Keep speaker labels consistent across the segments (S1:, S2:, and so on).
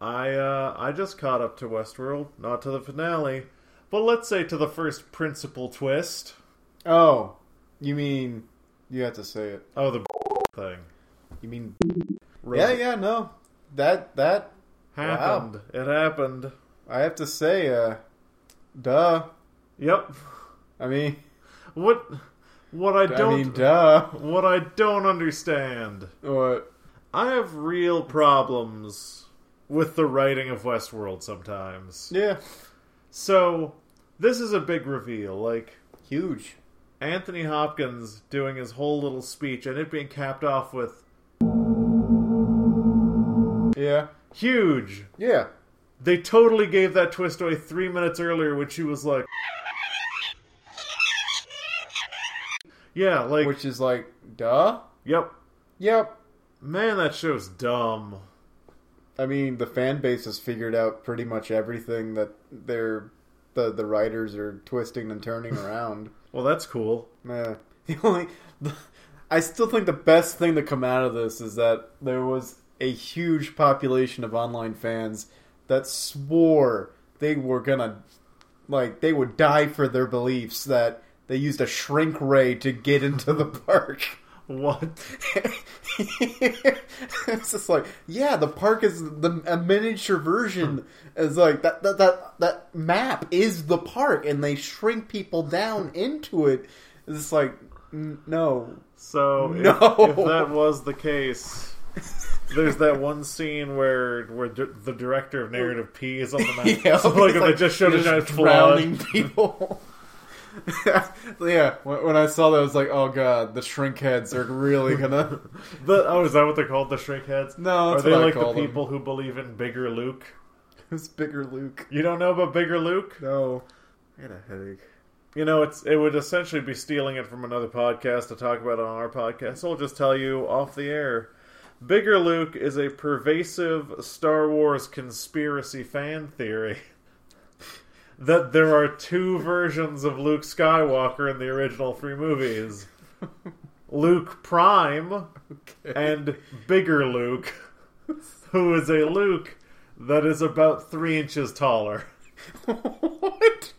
S1: I uh, I just caught up to Westworld, not to the finale, but let's say to the first principal twist.
S2: Oh, you mean you have to say it?
S1: Oh, the thing.
S2: You mean?
S1: Ros-
S2: Yeah, yeah, no. That that
S1: Happened. It happened.
S2: I have to say, uh, duh.
S1: Yep.
S2: I mean,
S1: What? What I don't.
S2: I mean, duh.
S1: what I don't understand.
S2: What?
S1: I have real problems with the writing of Westworld sometimes.
S2: Yeah,
S1: So, this is a big reveal. Like,
S2: huge.
S1: Anthony Hopkins doing his whole little speech and it being capped off with
S2: Yeah,
S1: huge.
S2: yeah.
S1: They totally gave that twist away three minutes earlier when she was like. Yeah, like.
S2: Which is like, duh.
S1: yep.
S2: Yep.
S1: Man, that show's dumb.
S2: I mean, the fan base has figured out pretty much everything that they're the the writers are twisting and turning around.
S1: Well, that's cool.
S2: Yeah. The only, I still think the best thing to come out of this is that there was a huge population of online fans that swore they were gonna, like, they would die for their beliefs that they used a shrink ray to get into the park.
S1: What?
S2: it's just like, yeah, the park is the a miniature version. Is like that, that that that map is the park, and they shrink people down into it. It's just like, n- no,
S1: So if-
S2: No.
S1: if, that was the case, there's that one scene where where d- the director of narrative P is on the map.
S2: yeah,
S1: so like
S2: it's
S1: if they just showed
S2: you're
S1: a giant
S2: just
S1: flood.
S2: drowning people. yeah, when when I saw that, I was like, "Oh god, the shrink heads are really gonna."
S1: The, oh, is that what they're called? The shrink heads?
S2: No,
S1: Are
S2: that's
S1: they
S2: what I
S1: like the
S2: call them.
S1: people who believe in bigger Luke?
S2: Who's bigger, Luke?
S1: You don't know about bigger Luke?
S2: No, I had a headache.
S1: You know, it's it would essentially be stealing it from another podcast to talk about it on our podcast. So I'll just tell you off the air. Bigger Luke is a pervasive Star Wars conspiracy fan theory that there are two versions of Luke Skywalker in the original three movies. Luke Prime and Bigger Luke, who is a Luke that is about three inches taller.
S2: what?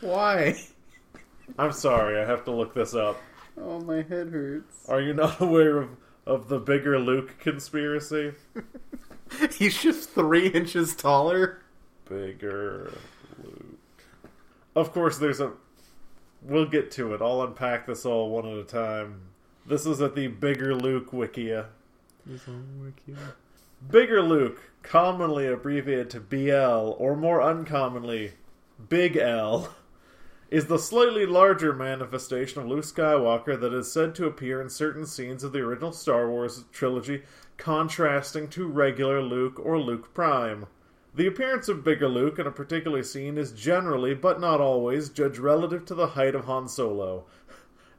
S2: Why?
S1: I'm sorry, I have to look this up.
S2: Oh, my head hurts.
S1: Are you not aware of, of the bigger Luke conspiracy?
S2: He's just three inches taller.
S1: Bigger Luke. Of course, there's a. We'll get to it. I'll unpack this all one at a time. This is at the Bigger Luke Wikia. Bigger Luke, commonly abbreviated to BL, or more uncommonly, Big L, is the slightly larger manifestation of Luke Skywalker that is said to appear in certain scenes of the original Star Wars trilogy, contrasting to regular Luke or Luke Prime. The appearance of Bigger Luke in a particular scene is generally, but not always, judged relative to the height of Han Solo.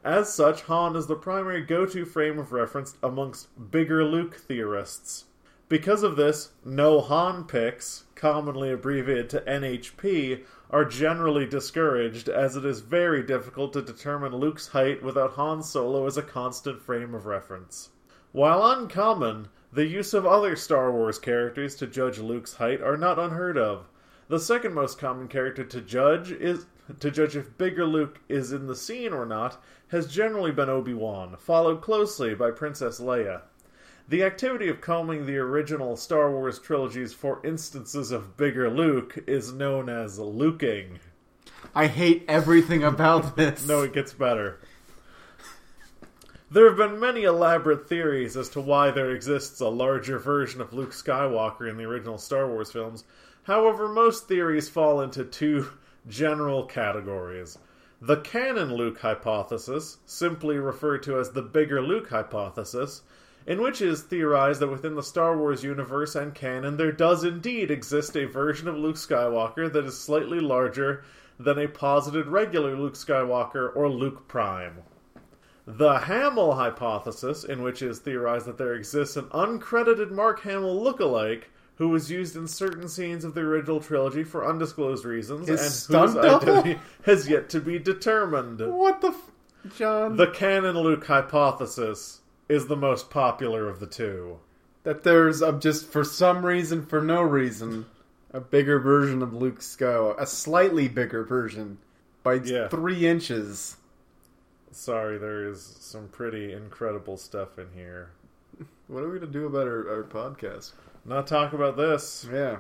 S1: As such, Han is the primary go to frame of reference amongst Bigger Luke theorists. Because of this, no Han picks, commonly abbreviated to NHP, are generally discouraged, as it is very difficult to determine Luke's height without Han Solo as a constant frame of reference. While uncommon, the use of other Star Wars characters to judge Luke's height are not unheard of. The second most common character to judge is to judge if bigger Luke is in the scene or not has generally been Obi-Wan, followed closely by Princess Leia. The activity of combing the original Star Wars trilogies for instances of bigger Luke is known as luking.
S2: I hate everything about this.
S1: No, it gets better. There have been many elaborate theories as to why there exists a larger version of Luke Skywalker in the original Star Wars films. However, most theories fall into two general categories. The canon Luke hypothesis, simply referred to as the bigger Luke hypothesis, in which is theorized that within the Star Wars universe and canon there does indeed exist a version of Luke Skywalker that is slightly larger than a posited regular Luke Skywalker or Luke Prime. The Hamill hypothesis, in which is theorized that there exists an uncredited Mark Hamill lookalike who was used in certain scenes of the original trilogy for undisclosed reasons
S2: His
S1: and whose
S2: stunt double?
S1: identity has yet to be determined.
S2: What the, f- John?
S1: The canon Luke hypothesis is the most popular of the two.
S2: that there's a, just for some reason, for no reason, a bigger version of Luke Skywalker, a slightly bigger version by
S1: Yeah.
S2: three inches.
S1: Sorry, there is some pretty incredible stuff in here.
S2: What are we gonna do about our, our podcast?
S1: Not talk about this.
S2: Yeah.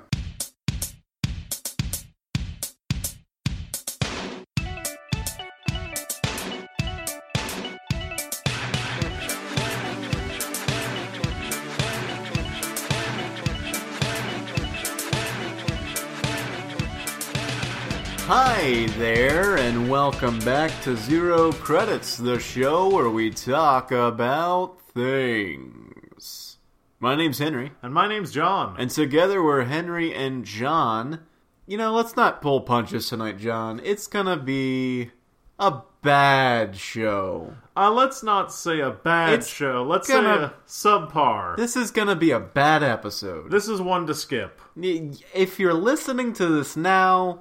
S2: Hi there, and welcome back to Zero Credits, the show where we talk about things. My name's Henry.
S1: And my name's John.
S2: And together we're Henry and John. You know, let's not pull punches tonight, John. It's gonna be a bad show.
S1: uh, let's not say a bad
S2: It's
S1: show. Let's
S2: gonna-
S1: say a subpar.
S2: This is gonna be a bad episode.
S1: This is one to skip.
S2: If you're listening to this now,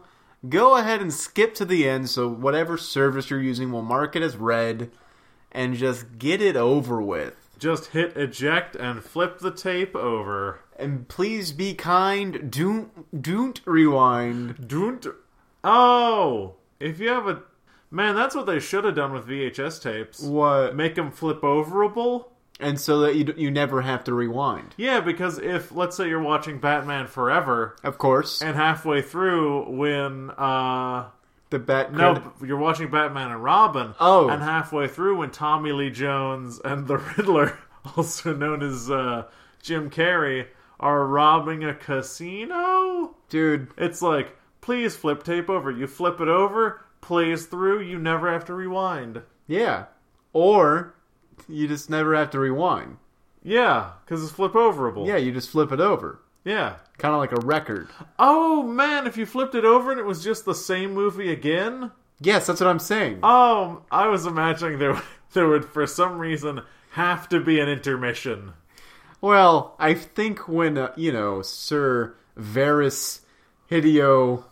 S2: go ahead and skip to the end so whatever service you're using will mark it as red and just get it over with.
S1: Just hit eject and flip the tape over.
S2: And please be kind. Don't, don't rewind.
S1: Don't. Oh! If you have a. Man, that's what they should have done with VHS tapes.
S2: What?
S1: Make them flip overable?
S2: And so that you, d- you never have to rewind.
S1: Yeah, because if, let's say you're watching Batman Forever,
S2: Of course.
S1: and halfway through when, uh.
S2: the bat
S1: No,
S2: credit-
S1: b- you're watching Batman and Robin.
S2: Oh.
S1: And halfway through when Tommy Lee Jones and the Riddler, also known as uh, Jim Carrey, are robbing a casino?
S2: Dude,
S1: It's like, please flip tape over. You flip it over, plays through, you never have to rewind.
S2: yeah. Or you just never have to rewind.
S1: Yeah, because it's flip overable.
S2: Yeah, you just flip it over.
S1: Yeah.
S2: Kind of like a record.
S1: Oh, man, if you flipped it over and it was just the same movie again?
S2: Yes, that's what I'm saying.
S1: Oh, I was imagining there, there would, for some reason, have to be an intermission.
S2: Well, I think when, uh, you know, Sir Varys Hideo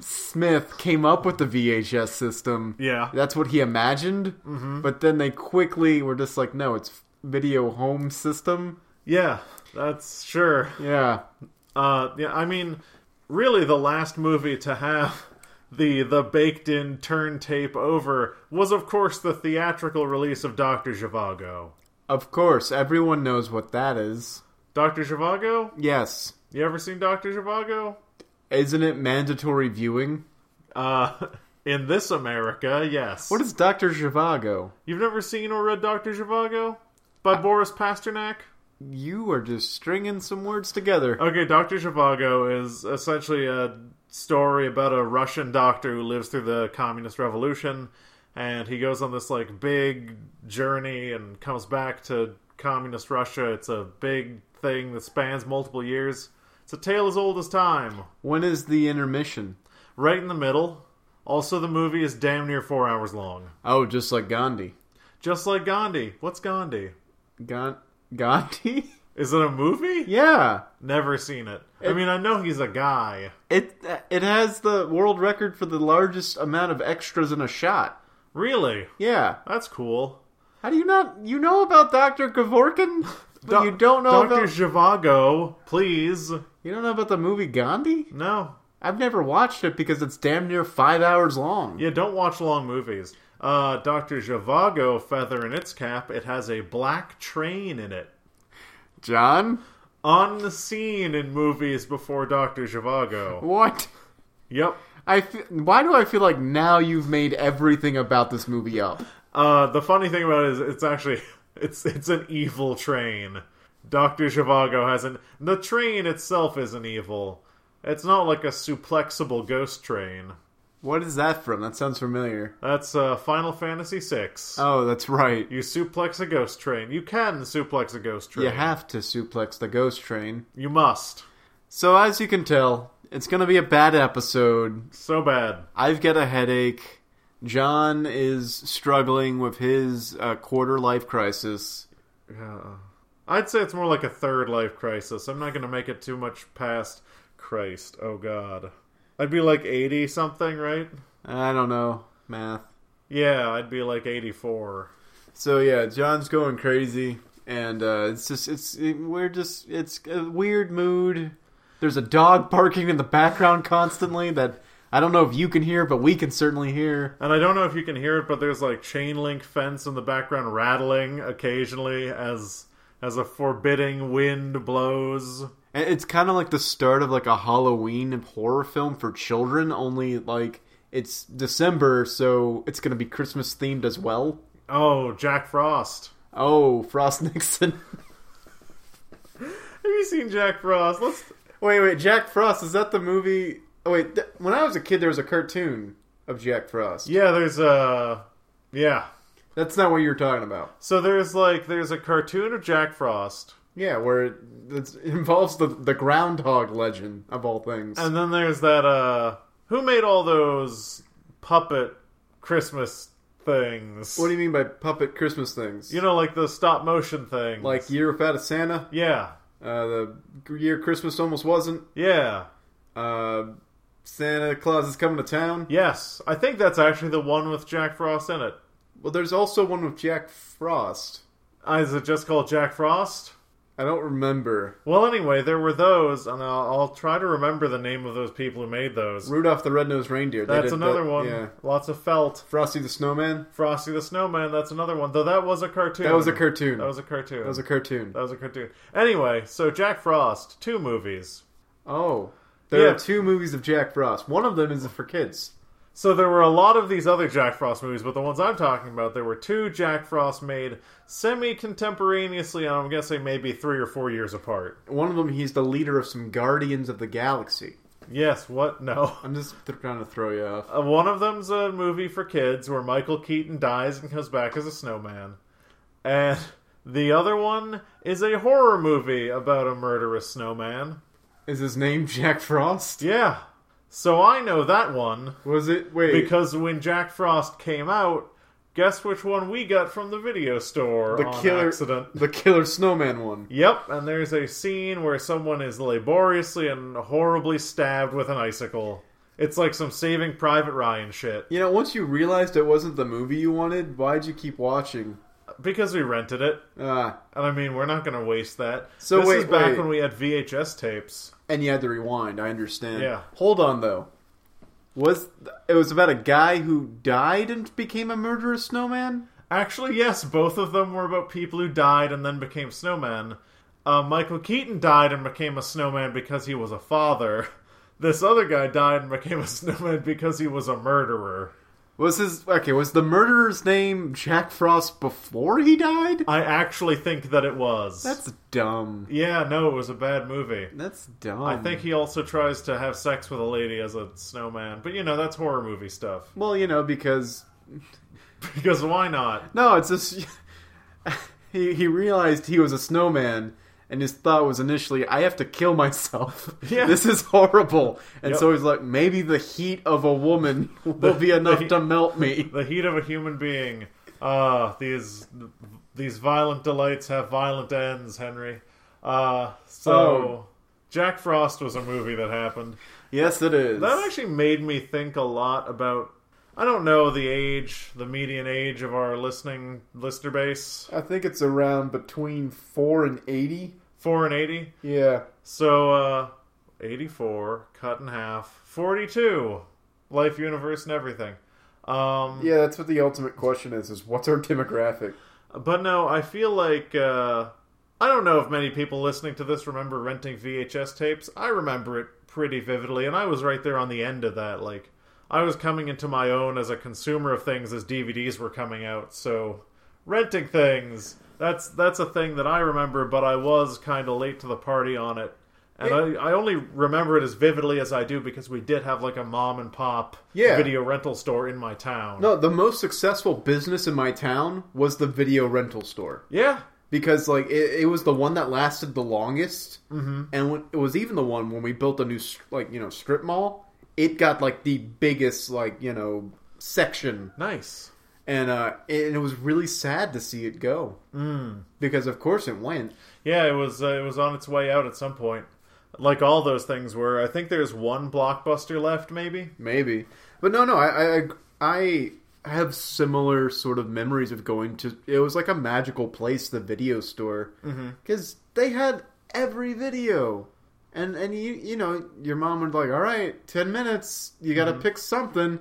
S2: Smith came up with the VHS system,
S1: Yeah.
S2: that's what he imagined. Mm-hmm. But then they quickly were just like, no, it's video home system.
S1: Yeah, that's sure.
S2: Yeah.
S1: Uh, yeah, I mean, really, the last movie to have the the baked in turn tape over was, of course, the theatrical release of Doctor Zhivago.
S2: Of course, everyone knows what that is.
S1: Doctor Zhivago?
S2: Yes.
S1: You ever seen Doctor Zhivago?
S2: Isn't it mandatory viewing?
S1: Uh, in this America, yes.
S2: What is Dr. Zhivago?
S1: You've never seen or read Doctor Zhivago by Boris Pasternak?
S2: You are just stringing some words together.
S1: Okay, Doctor Zhivago is essentially a story about a Russian doctor who lives through the communist revolution, and he goes on this like big journey and comes back to communist Russia. It's a big thing that spans multiple years. It's a tale as old as time.
S2: When is the intermission?
S1: Right in the middle. Also, the movie is damn near four hours long.
S2: Oh, just like Gandhi.
S1: Just like Gandhi. What's Gandhi?
S2: Gan- Gandhi?
S1: Is it a movie?
S2: yeah.
S1: Never seen it. I mean, I know he's a guy.
S2: It it has the world record for the largest amount of extras in a shot.
S1: Really?
S2: Yeah.
S1: That's cool.
S2: How do you not you know about Dr. Kevorkian? But
S1: Do-
S2: you don't know
S1: Dr.
S2: about
S1: Zhivago, please.
S2: You don't know about the movie Gandhi?
S1: No.
S2: I've never watched it because it's damn near 5 hours long.
S1: Yeah, don't watch long movies. Uh, Dr. Zhivago, feather in its cap, it has a black train in it.
S2: John,
S1: Unseen in movies before Dr. Zhivago.
S2: what?
S1: Yep.
S2: I fe- why do I feel like now you've made everything about this movie up?
S1: Uh, the funny thing about it is it's actually, it's, it's an evil train. Dr. Zhivago has an, the train itself isn't evil. It's not like a suplexible ghost train.
S2: What is that from? That sounds familiar.
S1: That's, uh, Final Fantasy VI.
S2: Oh, that's right.
S1: You suplex a ghost train. You can suplex a ghost train.
S2: You have to suplex the ghost train.
S1: You must.
S2: So as you can tell, it's going to be a bad episode.
S1: So bad.
S2: I've got a headache. John is struggling with his uh, quarter life crisis.
S1: Yeah. I'd say it's more like a third life crisis. I'm not going to make it too much past Christ. Oh, God. I'd be like 80 something, right?
S2: I don't know math.
S1: Yeah, I'd be like 84.
S2: So yeah, John's going crazy, and uh, it's just it's it- we're just it's a weird mood. There's a dog barking in the background constantly that I don't know if you can hear, but we can certainly hear.
S1: And I don't know if you can hear it, but there's like chain link fence in the background rattling occasionally as as a forbidding wind blows.
S2: And it's kind of like the start of like a Halloween horror film for children, only like it's December, so it's going to be Christmas themed as well.
S1: Oh, Jack Frost.
S2: Oh, Frost Nixon.
S1: Have you seen Jack Frost? Let's
S2: Wait, wait, Jack Frost is that the movie? Oh wait, th- when I was a kid, there was a cartoon of Jack Frost.
S1: Yeah, there's a yeah.
S2: That's not what you were talking about.
S1: So there's like there's a cartoon of Jack Frost,
S2: Yeah, where it it's, it involves the the groundhog legend of all things.
S1: and then there's that uh who made all those puppet Christmas things?
S2: what do you mean by puppet Christmas things?
S1: you know, like the stop motion thing.
S2: like year without a Santa,
S1: yeah,
S2: uh, the year Christmas almost wasn't.
S1: yeah,
S2: Uh, Santa Claus is coming to town.
S1: yes. I think that's actually the one with Jack Frost in it.
S2: Well, there's also one with Jack Frost.
S1: Uh, Is it just called Jack Frost?
S2: I don't remember
S1: Well, anyway, there were those, and I'll, I'll try to remember the name of those people who made those.
S2: Rudolph the Red-Nosed Reindeer. They
S1: That's
S2: did
S1: another
S2: that-
S1: one.
S2: Yeah,
S1: Lots of felt.
S2: Frosty the Snowman.
S1: Frosty the Snowman. That's another one. Though that was a cartoon.
S2: That was a cartoon.
S1: That was a cartoon.
S2: That was a cartoon.
S1: That was a cartoon. Anyway, so Jack Frost, two movies.
S2: Oh. There
S1: Yeah.
S2: are two movies of Jack Frost. One of them is for kids.
S1: So there were a lot of these other Jack Frost movies, but the ones I'm talking about, there were two Jack Frost made semi contemporaneously, and I'm guessing maybe three or four years apart.
S2: One of them, he's the leader of some Guardians of the Galaxy.
S1: Yes, what? No.
S2: I'm just th- trying to throw you off.
S1: Uh, one of them's a movie for kids where Michael Keaton dies and comes back as a snowman. And the other one is a horror movie about a murderous snowman.
S2: Is his name Jack Frost?
S1: Yeah. So I know that one
S2: Was it? Wait.
S1: because when Jack Frost came out, guess which one we got from the video store
S2: the
S1: on
S2: killer
S1: accident.
S2: The killer snowman one.
S1: Yep, and there's a scene where someone is laboriously and horribly stabbed with an icicle. It's like some Saving Private Ryan shit.
S2: You know, once you realized it wasn't the movie you wanted, why'd you keep watching?
S1: Because we rented it,
S2: Ah,
S1: and I mean, we're not going to waste that.
S2: So
S1: this
S2: wait,
S1: is back
S2: wait.
S1: when we had VHS tapes.
S2: and you had to rewind. I understand.
S1: Yeah.
S2: Hold on though. Was th- it was about a guy who died and became a murderous snowman?
S1: Actually, yes, both of them were about people who died and then became snowmen. Uh, Michael Keaton died and became a snowman because he was a father. This other guy died and became a snowman because he was a murderer.
S2: Was his okay? Was the murderer's name Jack Frost before he died?
S1: I actually think that it was.
S2: That's dumb.
S1: Yeah, no, it was a bad movie.
S2: That's dumb.
S1: I think he also tries to have sex with a lady as a snowman, but you know, that's horror movie stuff.
S2: Well, you know, because
S1: Because why not?
S2: no, it's just he he realized he was a snowman, and his thought was initially, "I have to kill myself.
S1: Yeah.
S2: This is horrible." And
S1: Yep.
S2: so he's like, "Maybe the heat of a woman will be enough
S1: heat-
S2: to melt me."
S1: The heat of a human being. Ah, these these violent delights have violent ends, Henry. Uh, so
S2: Oh.
S1: Jack Frost was a movie that happened.
S2: Yes, it is.
S1: That actually made me think a lot about I don't know the age, the median age of our listening listener base,
S2: I think it's around between four and eighty.
S1: 4 and 80.
S2: Yeah.
S1: So, uh, 84, cut in half, 42, life, universe, and everything. Um,
S2: Yeah, that's what the ultimate question is: is what's our demographic?
S1: But no, I feel like, uh, I don't know if many people listening to this remember renting VHS tapes. I remember it pretty vividly, and I was right there on the end of that. Like, I was coming into my own as a consumer of things as DVDs were coming out, so renting things. That's that's a thing that I remember, but I was kind of late to the party on it. And I, I only remember it as vividly as I do because we did have like a mom and pop
S2: Yeah.
S1: video rental store in my town.
S2: No, the most successful business in my town was the video rental store
S1: Yeah.
S2: because like it, it was the one that lasted the longest, mm-hmm. and when, it was even the one when we built a new s- like you know strip mall. It got like the biggest like you know section,
S1: Nice.
S2: and uh, and it was really sad to see it go mm. because of course it went.
S1: Yeah, it was uh, it was on its way out at some point. Like all those things were. I think there's one blockbuster left, maybe.
S2: Maybe, but no, no. I, I, I I have similar sort of memories of going to. It was like a magical place, the video store, because they had every video, and and you you know your mom would like, all right, ten minutes, you got to pick something,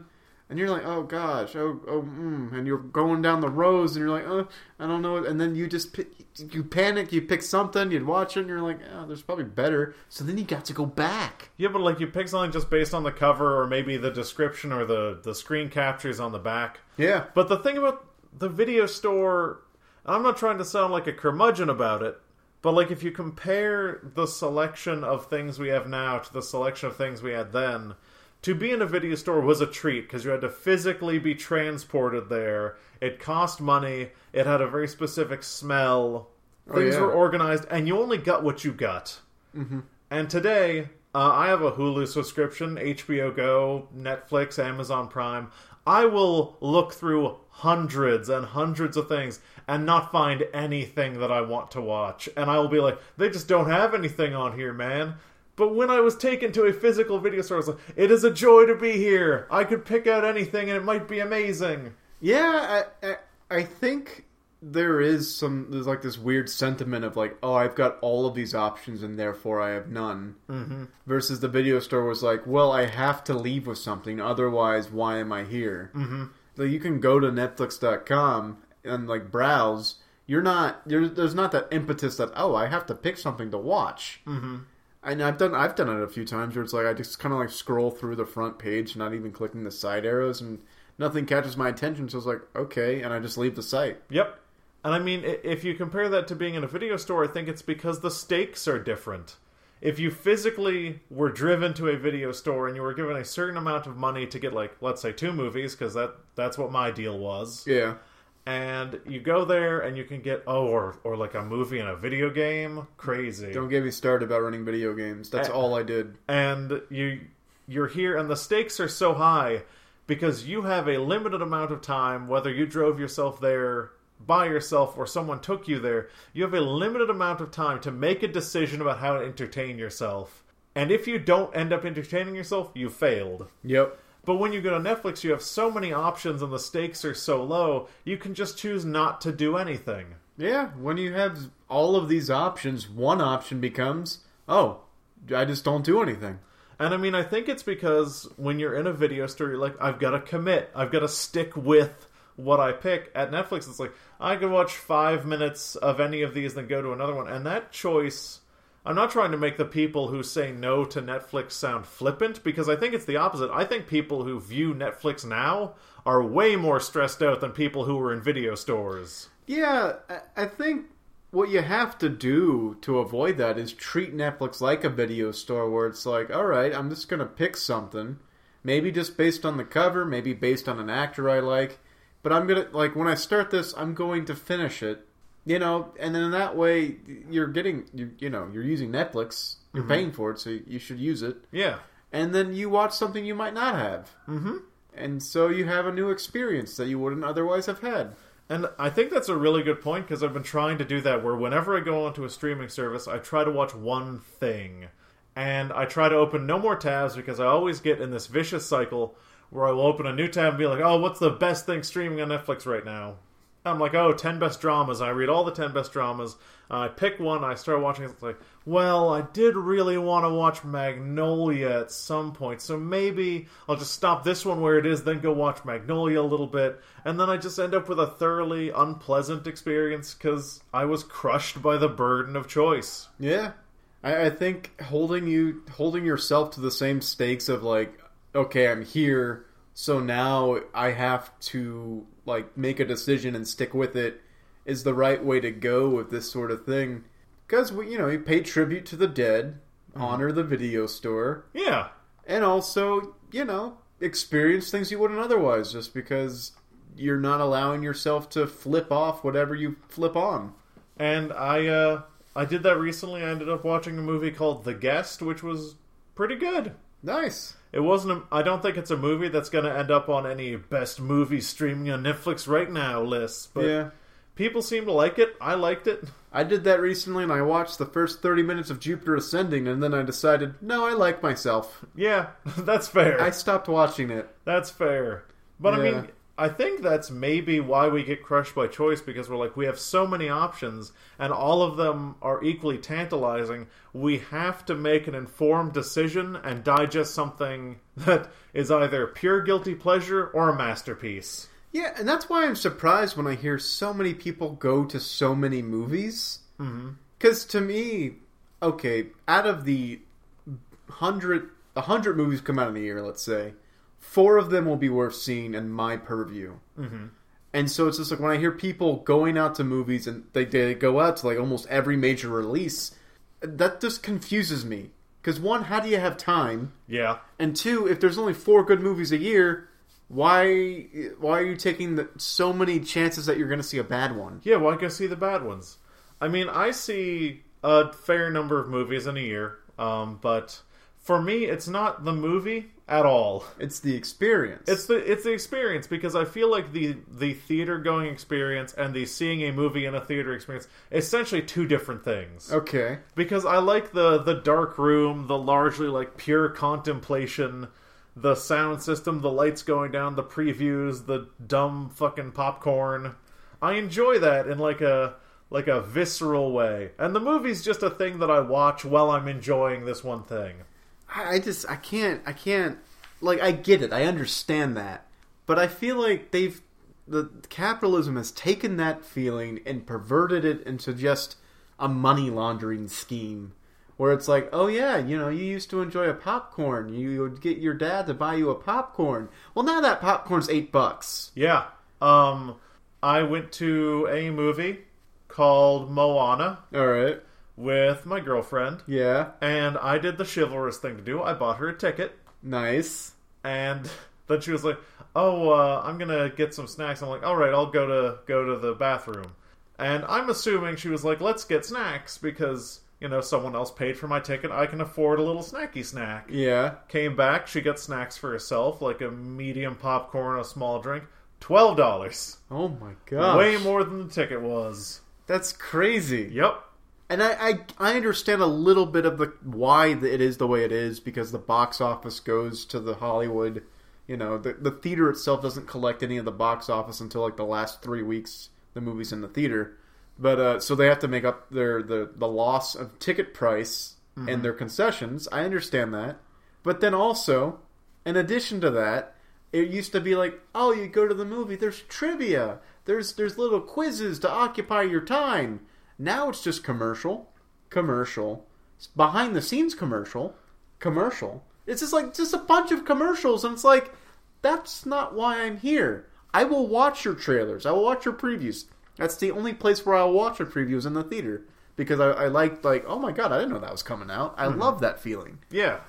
S2: and you're like, oh gosh, oh oh, mm, and you're going down the rows, and you're like, oh, I don't know, and then you just pick, you panic, you pick something, you'd watch it, and you're like, oh, there's probably better, so then you got to go back.
S1: Yeah, but like you pick something just based on the cover or maybe the description or the, the screen captures on the back.
S2: Yeah,
S1: But the thing about the video store, and I'm not trying to sound like a curmudgeon about it, but like if you compare the selection of things we have now to the selection of things we had then, to be in a video store was a treat because you had to physically be transported there. It cost money. It had a very specific smell. Things
S2: yeah.
S1: were organized, and you only got what you got. And today, uh, I have a Hulu subscription, HBO Go, Netflix, Amazon Prime. I will look through hundreds and hundreds of things and not find anything that I want to watch. And I will be like, they just don't have anything on here, man. But when I was taken to a physical video store, I was like, it is a joy to be here. I could pick out anything and it might be amazing.
S2: Yeah, I, I I think there is some there's like this weird sentiment of like, oh, I've got all of these options and therefore I have none. Mm-hmm. Versus the video store was like, well, I have to leave with something, otherwise, why am I here? Mm-hmm. Like you can go to Netflix.com and like browse. You're not you're, there's not that impetus that oh, I have to pick something to watch. Mm-hmm. And I've done I've done it a few times where it's like I just kind of like scroll through the front page, not even clicking the side arrows, and nothing catches my attention. So it's like okay, and I just leave the site.
S1: Yep. And I mean, i- if you compare that to being in a video store, I think it's because the stakes are different. If you physically were driven to a video store and you were given a certain amount of money to get, like, let's say two movies, because that, that's what my deal was,
S2: Yeah,
S1: and you go there and you can get, oh, or, or like a movie and a video game, crazy.
S2: don't get me started about running video games. That's
S1: Eh.
S2: all I did.
S1: and you you're here and the stakes are so high because you have a limited amount of time whether you drove yourself there by yourself or someone took you there you have a limited amount of time to make a decision about how to entertain yourself and if you don't end up entertaining yourself you failed
S2: Yep.
S1: but when you go to netflix you have so many options and the stakes are so low you can just choose not to do anything
S2: Yeah, when you have all of these options, one option becomes oh, I just don't do anything.
S1: And I mean, I think it's because when you're in a video store, you're like, I've got to commit. I've got to stick with what I pick. At Netflix, it's like, I could watch five minutes of any of these, then go to another one. And that choice, I'm not trying to make the people who say no to Netflix sound flippant, because I think it's the opposite. I think people who view Netflix now are way more stressed out than people who were in video stores.
S2: Yeah, I, I think what you have to do to avoid that is treat Netflix like a video store where it's like, all right, I'm just going to pick something, maybe just based on the cover, maybe based on an actor I like, but I'm going to, like, when I start this, I'm going to finish it, you know, and then that way you're getting, you, you know, you're using Netflix, you're paying for it, so you should use it,
S1: Yeah.
S2: and then you watch something you might not have. Mm hmm. And so you have a new experience that you wouldn't otherwise have had.
S1: And I think that's a really good point because I've been trying to do that where whenever I go onto a streaming service, I try to watch one thing. And I try to open no more tabs because I always get in this vicious cycle where I will open a new tab and be like, oh, what's the best thing streaming on Netflix right now? I'm like, oh, 10 best dramas. I read all the 10 best dramas. Uh, I pick one, I start watching it. It's like, well, I did really want to watch Magnolia at some point, so maybe I'll just stop this one where it is, then go watch Magnolia a little bit. And then I just end up with a thoroughly unpleasant experience because I was crushed by the burden of choice.
S2: Yeah, I, I think holding you holding yourself to the same stakes of like, okay, I'm here, so now I have to like make a decision and stick with it is the right way to go with this sort of thing because we you know you pay tribute to the dead, honor the video store,
S1: Yeah.
S2: and also you know experience things you wouldn't otherwise just because you're not allowing yourself to flip off whatever you flip on.
S1: And I, uh, I did that recently. I ended up watching a movie called The Guest, which was pretty good.
S2: Nice.
S1: It wasn't. A, I don't think it's a movie that's going to end up on any best movie streaming on Netflix right now lists. But
S2: yeah.
S1: people seem to like it. I liked it.
S2: I did that recently and I watched the first 30 minutes of Jupiter Ascending and then I decided, no, I like myself.
S1: Yeah, that's fair.
S2: I stopped watching it.
S1: That's fair. But I
S2: Yeah.
S1: mean, I think that's maybe why we get crushed by choice because we're like, we have so many options and all of them are equally tantalizing. We have to make an informed decision and digest something that is either pure guilty pleasure or a masterpiece.
S2: Yeah, and that's why I'm surprised when I hear so many people go to so many movies. Because to me, okay, out of the hundred, a hundred movies come out in a year, let's say, four of them will be worth seeing in my purview. Mm-hmm. And so it's just like when I hear people going out to movies and they, they go out to like almost every major release, that just confuses me. Because one, how do you have time?
S1: Yeah.
S2: And two, if there's only four good movies a year, why why are you taking the, so many chances that you're going to see a bad one?
S1: Yeah, why go see the bad ones? I mean, I see a fair number of movies in a year, um, but for me, it's not the movie at all.
S2: It's the experience.
S1: It's the it's the experience because I feel like the the theater going experience and the seeing a movie in a theater experience essentially two different things.
S2: okay.
S1: Because I like the the dark room, the largely like pure contemplation, the sound system, the lights going down, the previews, the dumb fucking popcorn. I enjoy that in like a like a visceral way. And the movie's just a thing that I watch while I'm enjoying this one thing.
S2: I, I just I can't I can't like I get it I understand that but I feel like they've the capitalism has taken that feeling and perverted it into just a money laundering scheme where it's like oh yeah you know you used to enjoy a popcorn you would get your dad to buy you a popcorn well now that popcorn's eight bucks
S1: Yeah. Um I went to a movie called Moana
S2: all right
S1: with my girlfriend
S2: yeah
S1: and I did the chivalrous thing to do. I bought her a ticket.
S2: nice
S1: and then she was like, "Oh, uh, I'm gonna get some snacks." I'm like, "All right, I'll go to go to the bathroom," and I'm assuming she was like, "Let's get snacks because you know someone else paid for my ticket. I can afford a little snacky snack."
S2: yeah
S1: Came back, she got snacks for herself, like a medium popcorn, a small drink, twelve dollars,
S2: oh my god
S1: way more than the ticket was.
S2: that's crazy
S1: Yep.
S2: And I, I I understand a little bit of the why th- it is the way it is because the box office goes to the Hollywood, you know, the the theater itself doesn't collect any of the box office until like the last three weeks the movie's in the theater, but uh, so they have to make up their the the loss of ticket price
S1: Mm-hmm.
S2: and their concessions. I understand that, but then also, in addition to that, it used to be like, oh, you go to the movie. There's trivia. There's there's little quizzes to occupy your time. Now it's just commercial, commercial, behind the scenes commercial, commercial. It's just like just a bunch of commercials, and it's like that's not why I'm here. I will watch your trailers. I will watch your previews. That's the only place where I'll watch your previews in the theater because I, I liked like oh my god I didn't know that was coming out. I love that feeling.
S1: Yeah.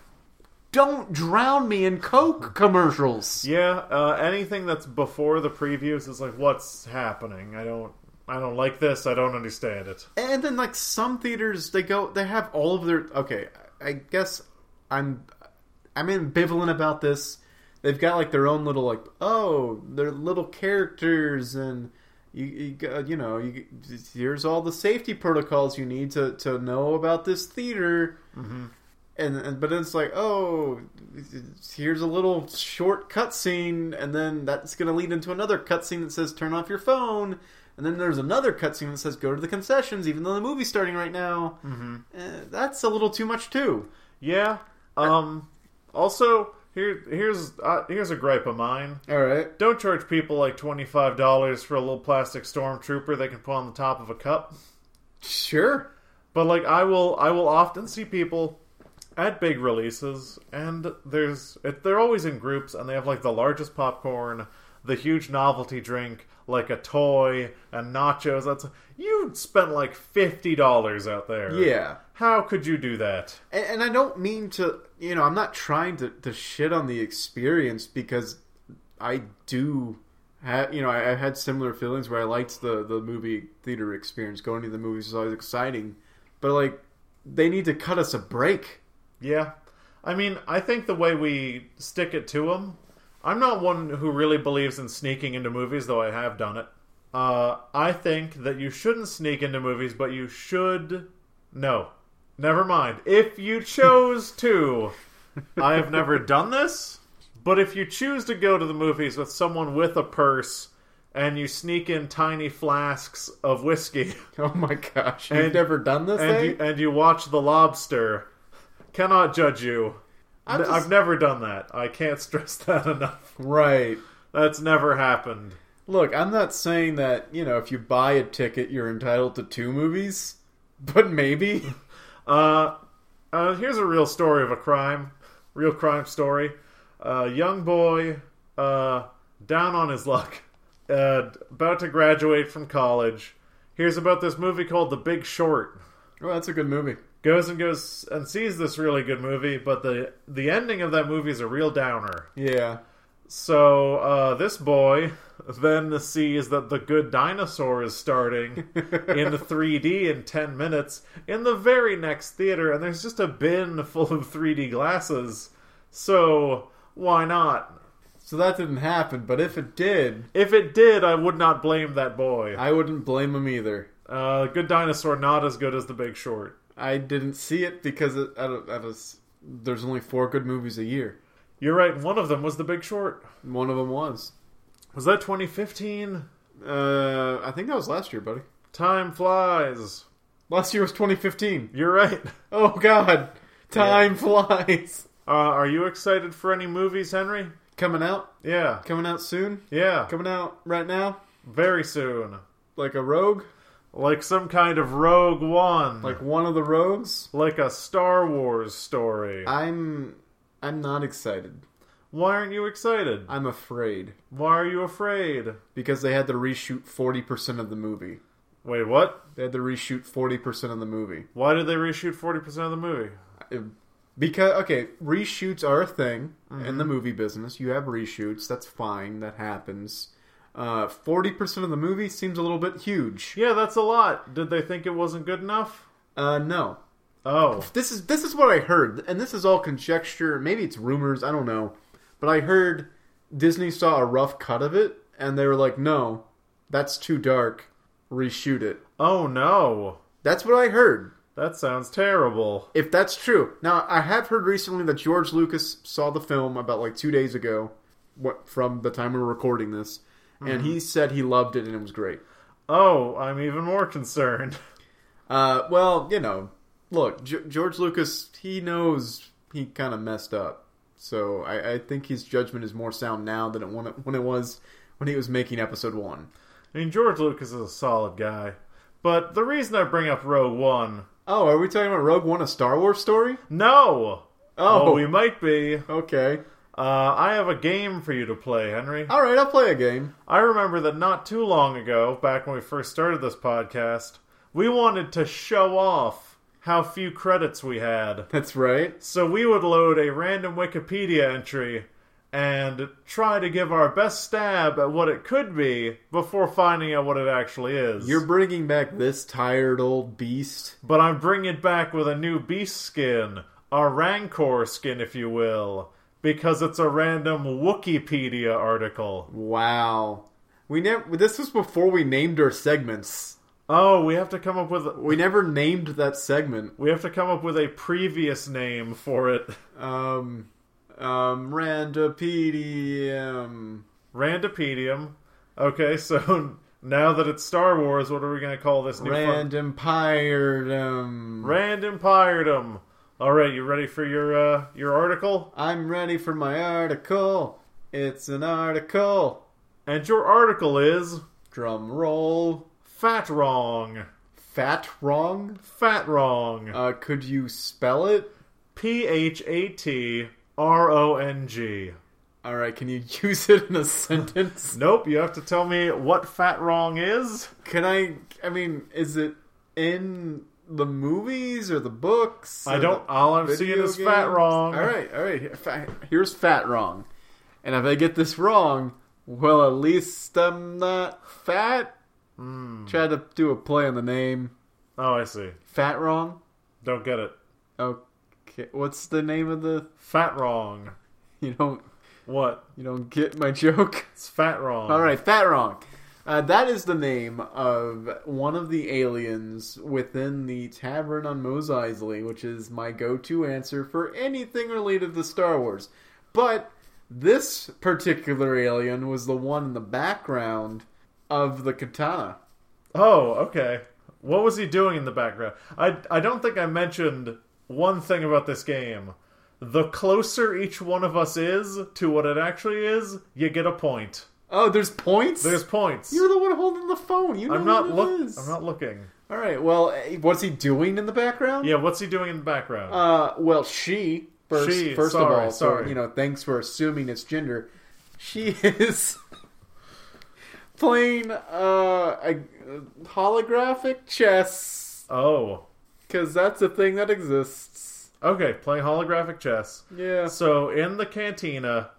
S2: Don't drown me in Coke commercials.
S1: Yeah, uh, anything that's before the previews is like, what's happening? I don't, I don't like this. I don't understand it.
S2: And then like some theaters they go they have all of their okay, I guess I'm I'm ambivalent about this. They've got like their own little like oh, their little characters and you you, go- you know, you, here's all the safety protocols you need to to know about this theater. And, and but then it's like oh here's a little short cutscene and then that's going to lead into another cutscene that says turn off your phone and then there's another cutscene that says go to the concessions even though the movie's starting right now mm-hmm. that's a little too much too
S1: Yeah. Um. Also, here here's uh, here's a gripe of mine.
S2: all right
S1: Don't charge people like twenty five dollars for a little plastic stormtrooper they can put on the top of a cup.
S2: sure
S1: But like, I will I will often see people at big releases, and there's it, they're always in groups, and they have like the largest popcorn, the huge novelty drink, like a toy and nachos. That's you spent like fifty dollars out there.
S2: yeah
S1: How could you do that?
S2: and, and I don't mean to, you know, I'm not trying to, to shit on the experience because I do, ha- you know, I, I had similar feelings where I liked the, the movie theater experience. Going to the movies is always exciting, but like, they need to cut us a break.
S1: Yeah. I mean, I think the way we stick it to them, I'm not one who really believes in sneaking into movies, though I have done it. Uh, I think that you shouldn't sneak into movies, but you should. No. Never mind. If you chose to. I have never done this, But if you choose to go to the movies with someone with a purse and you sneak in tiny flasks of whiskey
S2: Oh my gosh. You've
S1: And-
S2: never done this
S1: and
S2: thing?
S1: you, and you watch The Lobster, cannot judge you.
S2: I'm
S1: N-
S2: just-
S1: I've never done that. I can't stress that enough.
S2: right.
S1: That's never happened.
S2: Look, I'm not saying that, you know, if you buy a ticket, you're entitled to two movies, but maybe.
S1: Uh, uh, here's a real story of a crime, real crime story. Uh, young boy, uh, down on his luck, uh, about to graduate from college. Hears about this movie called The Big Short.
S2: Well, that's a good movie.
S1: Goes and goes and sees this really good movie, but the the ending of that movie is a real downer.
S2: Yeah.
S1: So uh, this boy then sees that the good dinosaur is starting in 3D in 10 minutes in the very next theater, and there's just a bin full of 3D glasses. So why not?
S2: So that didn't happen, but if it did,
S1: If it did, I would not blame that boy.
S2: I wouldn't blame him either.
S1: Uh, good dinosaur, not as good as The Big Short.
S2: I didn't see it because it, I don't, I just, there's only four good movies a year.
S1: You're right. One of them was The Big Short.
S2: One of them was.
S1: Was that 2015?
S2: Uh, I think that was last year, buddy.
S1: Time flies.
S2: Last year was 2015.
S1: You're right.
S2: Oh God, time flies.
S1: Uh, are you excited for any movies, Henry?
S2: Coming out,
S1: Yeah.
S2: coming out soon,
S1: Yeah.
S2: coming out right now,
S1: Very soon.
S2: like a rogue,
S1: Like some kind of Rogue One.
S2: like one of the rogues.
S1: like a Star Wars story.
S2: I'm, I'm not excited.
S1: Why aren't you excited?
S2: I'm afraid
S1: Why are you afraid?
S2: because they had to reshoot 40 percent of the movie.
S1: Wait, what?
S2: They had to reshoot 40 percent of the movie.
S1: Why did they reshoot 40% of the movie?
S2: because okay reshoots are a thing in the movie business you have reshoots that's fine that happens uh, 40% of the movie seems a little bit huge
S1: Yeah, that's a lot. Did they think it wasn't good enough?
S2: uh, no
S1: Oh.
S2: this is this is what i heard and this is all conjecture maybe it's rumors i don't know but i heard disney saw a rough cut of it and they were like no that's too dark reshoot it
S1: Oh no.
S2: that's what i heard
S1: That sounds terrible.
S2: If that's true. Now, I have heard recently that George Lucas saw the film about like two days ago, what, from the time we were recording this, and he said he loved it and it was great.
S1: Oh, I'm even more concerned.
S2: Uh, well, you know, look, G- George Lucas, he knows he kind of messed up. So I, I think his judgment is more sound now than it when, it when it was when he was making episode one.
S1: I mean, George Lucas is a solid guy. But the reason I bring up Rogue One.
S2: Oh, are we talking about Rogue One, a Star Wars story?
S1: No!
S2: Oh,
S1: we might be.
S2: okay.
S1: Uh, I have a game for you to play, Henry.
S2: All right, I'll play a game.
S1: I remember that not too long ago, back when we first started this podcast, we wanted to show off how few credits we had.
S2: That's right.
S1: So we would load a random Wikipedia entry and try to give our best stab at what it could be before finding out what it actually is.
S2: You're bringing back this tired old beast.
S1: But I'm bringing it back with a new beast skin, a Rancor skin, if you will, because it's a random Wikipedia article.
S2: Wow. We never. This was before we named our segments.
S1: Oh, we have to come up with
S2: We never named that segment.
S1: We have to come up with a previous name for it.
S2: Um, um, Randopedium.
S1: Randopedium. Okay, so now that it's Star Wars, what are we going to call this new fun?
S2: Randompiredom.
S1: Randompiredom. All right, you ready for your uh, your article?
S2: I'm ready for my article. It's an article.
S1: And your article is
S2: Drum roll.
S1: fat wrong.
S2: Fat wrong.
S1: Fat wrong.
S2: Uh, could you spell it?
S1: P H A T R O N G.
S2: All right. Can you use it in a sentence?
S1: Nope, you have to tell me what fat wrong is.
S2: Can I? I mean, is it in the movies or the books?
S1: I
S2: or
S1: don't.
S2: the
S1: All I'm
S2: video
S1: seeing is fat
S2: games?
S1: wrong.
S2: All right, all right. If I- Here's fat wrong, and if I get this wrong, well, at least I'm not fat.
S1: Hmm.
S2: Try to do a play on the name.
S1: Oh, I see.
S2: Fat wrong.
S1: Don't get it.
S2: Okay, what's the name of the?
S1: Fat wrong.
S2: You don't.
S1: What?
S2: You don't get my joke.
S1: It's fat wrong.
S2: All right, Fat Wrong. Uh, that is the name of one of the aliens within the Tavern on Mos Eisley, which is my go-to answer for anything related to Star Wars. But This particular alien was the one in the background of the katana.
S1: Oh, okay. What was he doing in the background? I I don't think I mentioned one thing about this game. The closer each one of us is to what it actually is, you get a point.
S2: Oh, there's points.
S1: There's points.
S2: You're the one holding the phone. You know
S1: I'm not
S2: what it
S1: look.
S2: is.
S1: I'm not looking.
S2: All right. Well, eh, what's he doing in the background?
S1: Yeah, what's he doing in the background?
S2: Uh, well, she first.
S1: She,
S2: first of
S1: sorry,
S2: all,
S1: sorry.
S2: So, you know, thanks for assuming it's gender. She is playing uh, a holographic chess
S1: oh,
S2: because that's a thing that exists.
S1: okay. Playing holographic chess.
S2: Yeah.
S1: So in the cantina,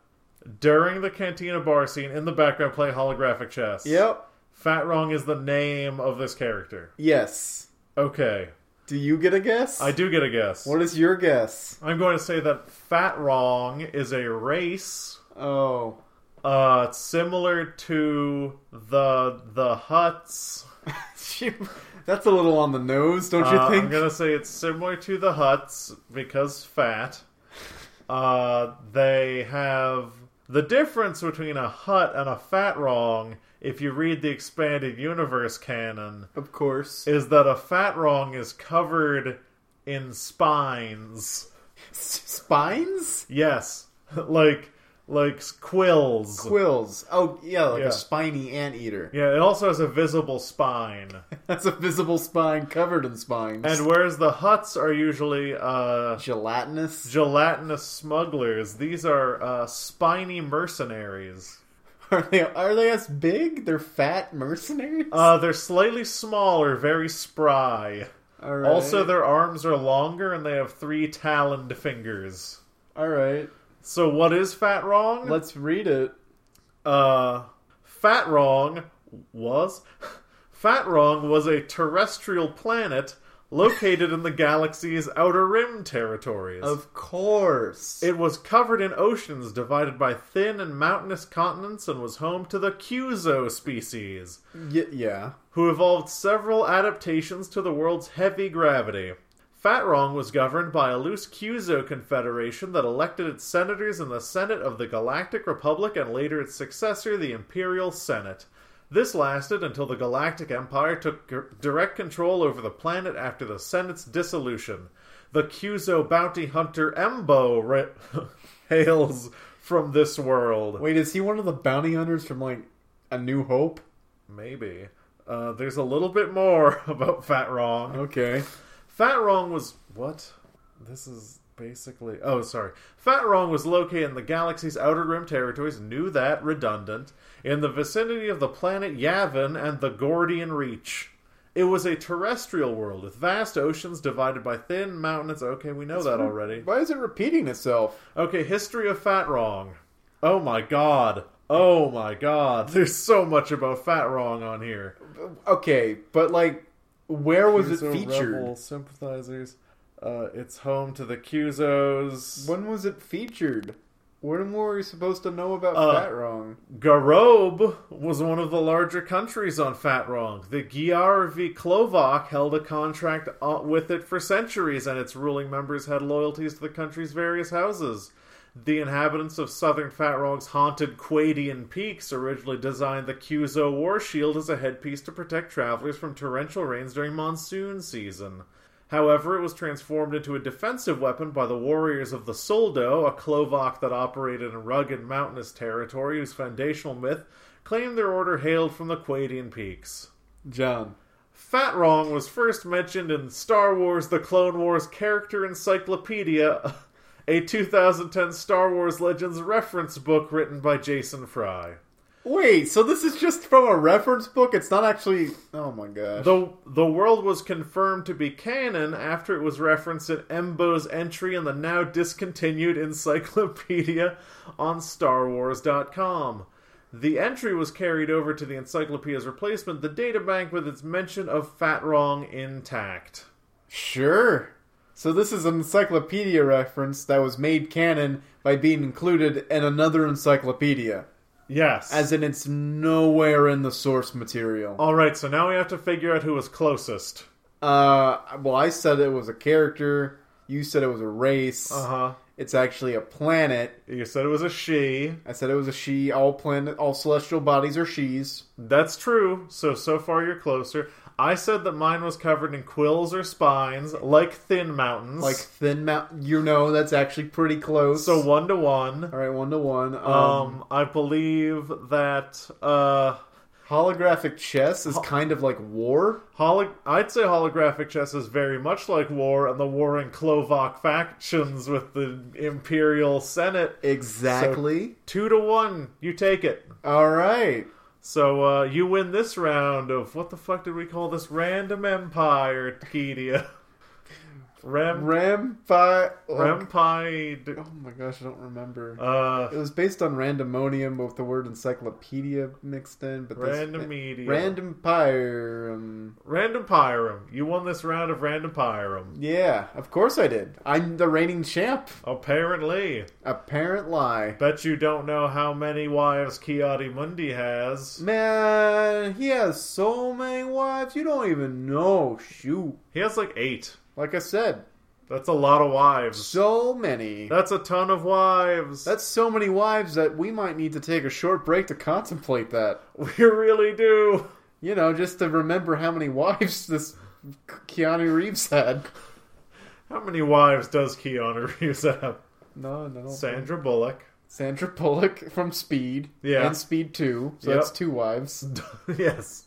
S1: during the cantina bar scene, in the background, play holographic chess.
S2: Yep.
S1: Fat Wrong is the name of this character.
S2: Yes.
S1: Okay,
S2: Do you get a guess?
S1: I do get a guess.
S2: What is your guess?
S1: I'm going to say that Fat Wrong is a race
S2: Oh.
S1: uh, similar to the the Huts.
S2: She- that's a little on the nose, don't you
S1: Uh,
S2: think?
S1: I'm gonna say it's similar to the Huts because fat. Uh, they have the difference between a hut and a fat wrong. If you read the expanded universe canon,
S2: Of course.
S1: is that a fat wrong is covered in spines.
S2: S- spines?
S1: Yes, like like quills.
S2: Quills. Oh, yeah, like
S1: Yeah.
S2: a spiny anteater.
S1: yeah, it also has a visible spine.
S2: That's a visible spine covered in spines.
S1: And whereas the huts are usually uh,
S2: gelatinous.
S1: gelatinous smugglers. These are uh, spiny mercenaries.
S2: Are they are they as big? They're fat mercenaries.
S1: Uh, they're slightly smaller, very spry.
S2: all right.
S1: Also, their arms are longer and they have three taloned fingers.
S2: all right.
S1: So, what is Fat Wrong?
S2: Let's read it.
S1: uh, Fat Wrong was. Fat Wrong was a terrestrial planet located in the galaxy's outer rim territories.
S2: Of course.
S1: It was covered in oceans divided by thin and mountainous continents and was home to the Cuso species,
S2: Y- yeah.
S1: who evolved several adaptations to the world's heavy gravity. Fat Wrong was governed by a loose Cuso confederation that elected its senators in the Senate of the Galactic Republic and later its successor, the Imperial Senate. This lasted until the Galactic Empire took gr- direct control over the planet after the Senate's dissolution. The Cuso bounty hunter Embo ra- hails from this world.
S2: Wait, is he one of the bounty hunters from like A New Hope?
S1: Maybe. Uh, there's a little bit more about Fat Wrong.
S2: Okay.
S1: Fat Wrong was what? This is basically oh sorry. Fat Wrong was located in the galaxy's outer rim territories, knew that redundant, in the vicinity of the planet Yavin and the Gordian Reach. It was a terrestrial world with vast oceans divided by thin mountains. Okay, we know that already.
S2: Why is it repeating itself?
S1: Okay, history of Fat Wrong. Oh my god. Oh my god. There's so much about Fat Wrong on here.
S2: Okay, but like, where was it
S1: Cuso
S2: featured?
S1: Rebel sympathizers. Uh, it's home to the Cuzos.
S2: When was it featured? When were we supposed to know about
S1: Uh,
S2: Fat Wrong?
S1: Garobe was one of the larger countries on Fat Wrong. The Gyarvi Klovak held a contract uh, with it for centuries, and its ruling members had loyalties to the country's various houses. The inhabitants of southern Fat Wrong's haunted Quadian peaks originally designed the Cuso war shield as a headpiece to protect travelers from torrential rains during monsoon season. However, it was transformed into a defensive weapon by the warriors of the Soldo, a Clovac that operated in rugged mountainous territory whose foundational myth claimed their order hailed from the Quadian peaks.
S2: John.
S1: Fat Wrong was first mentioned in Star Wars The Clone Wars Character Encyclopedia, a 2010 Star Wars Legends reference book written by Jason Fry.
S2: Wait, so this is just from a reference book? It's not actually. Oh my gosh.
S1: The, the world was confirmed to be canon after it was referenced in Embo's entry in the now discontinued encyclopedia on StarWars.com. The entry was carried over to the encyclopedia's replacement, the databank, with its mention of Fat Wrong intact.
S2: Sure. So this is an encyclopedia reference that was made canon by being included in another encyclopedia.
S1: Yes.
S2: As in, it's nowhere in the source material.
S1: All right, so now we have to figure out who was closest.
S2: Uh, well, I said it was a character. You said it was a race.
S1: huh.
S2: It's actually a planet.
S1: You said it was a she.
S2: I said it was a she. All planet, all celestial bodies are she's.
S1: That's true. So so far you're closer. I said that mine was covered in quills or spines, like thin mountains.
S2: Like thin mountain. You know, that's actually pretty close.
S1: so one to one.
S2: all right, one to one. Um,
S1: Um, I believe that uh,
S2: holographic chess is kind of like war.
S1: holo- I'd say holographic chess is very much like war and the warring Clovac factions with the Imperial Senate.
S2: Exactly.
S1: Two to one, you take it.
S2: all right.
S1: So uh, you win this round of what the fuck did we call this random empire, Kedia? Ram
S2: Ram by
S1: Rampide.
S2: Oh my gosh, I don't remember.
S1: Uh,
S2: it was based on randomonium with the word encyclopedia mixed in, but this-
S1: Randomedia.
S2: Random pyre. Um,
S1: Random Pyrum. You won this round of Random Pyrum.
S2: yeah, of course I did. I'm the reigning champ.
S1: Apparently.
S2: Apparent lie.
S1: Bet you don't know how many wives Kiadi Mundi has.
S2: Man, he has so many wives. You don't even know. Shoot.
S1: He has like eight.
S2: Like I said,
S1: That's a lot of wives.
S2: so many.
S1: That's a ton of wives.
S2: That's so many wives that we might need to take a short break to contemplate that.
S1: we really do.
S2: You know, just to remember how many wives this Keanu Reeves had.
S1: How many wives does Keanu Reeves have?
S2: No, no, no.
S1: Sandra Bullock.
S2: Sandra Bullock from Speed.
S1: Yeah.
S2: And Speed 2. So
S1: Yep.
S2: that's two wives.
S1: yes.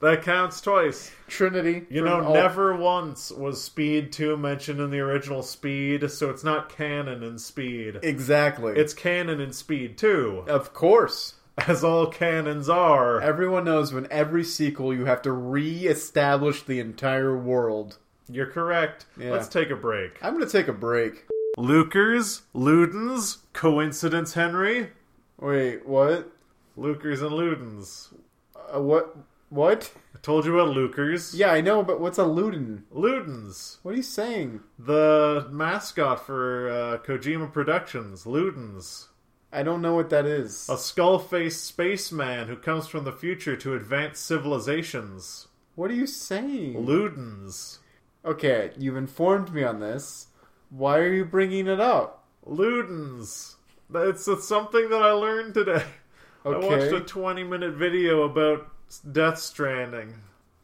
S1: That counts twice.
S2: Trinity.
S1: You
S2: from
S1: know,
S2: all-
S1: never once was Speed 2 mentioned in the original Speed, so it's not canon in Speed.
S2: Exactly.
S1: It's canon in Speed 2,
S2: Of course.
S1: as all canons are.
S2: Everyone knows when every sequel you have to re establish the entire world.
S1: You're correct.
S2: Yeah.
S1: Let's take a break.
S2: I'm going to take a break.
S1: Lukers, Ludens, coincidence, Henry?
S2: Wait, what?
S1: Lukers and Ludens.
S2: Uh, what? What?
S1: I told you about Lukers.
S2: Yeah, I know, but what's a Ludin?
S1: Ludens,
S2: What are you saying?
S1: the mascot for uh, Kojima Productions. Ludens.
S2: I don't know what that is.
S1: A skull faced spaceman who comes from the future to advance civilizations.
S2: What are you saying?
S1: Ludens.
S2: Okay, you've informed me on this. Why are you bringing it up?
S1: Ludens. It's, it's something that I learned today. I watched
S2: Okay.
S1: a 20 minute video about Death Stranding.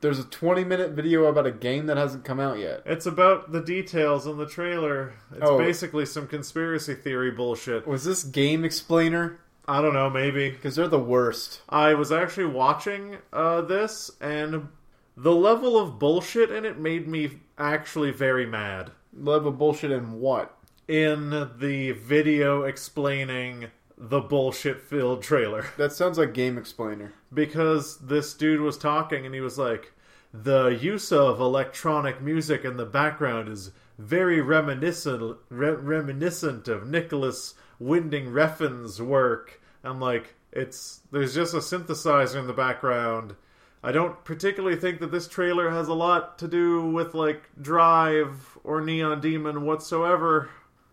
S2: There's a 20 minute video about a game that hasn't come out yet.
S1: It's about the details in the trailer. It's
S2: Oh.
S1: basically some conspiracy theory bullshit.
S2: Was this Game Explainer?
S1: I don't know, maybe.
S2: Because they're the worst.
S1: I was actually watching uh, this, and the level of bullshit in it made me actually very mad.
S2: Level bullshit and what?
S1: In the video explaining the bullshit filled trailer.
S2: That sounds like Game Explainer.
S1: because this dude was talking and he was like the use of electronic music in the background is very reminiscent re- reminiscent of Nicholas Winding Refn's work. I'm like it's there's just a synthesizer in the background. I don't particularly think that this trailer has a lot to do with like Drive or Neon Demon whatsoever.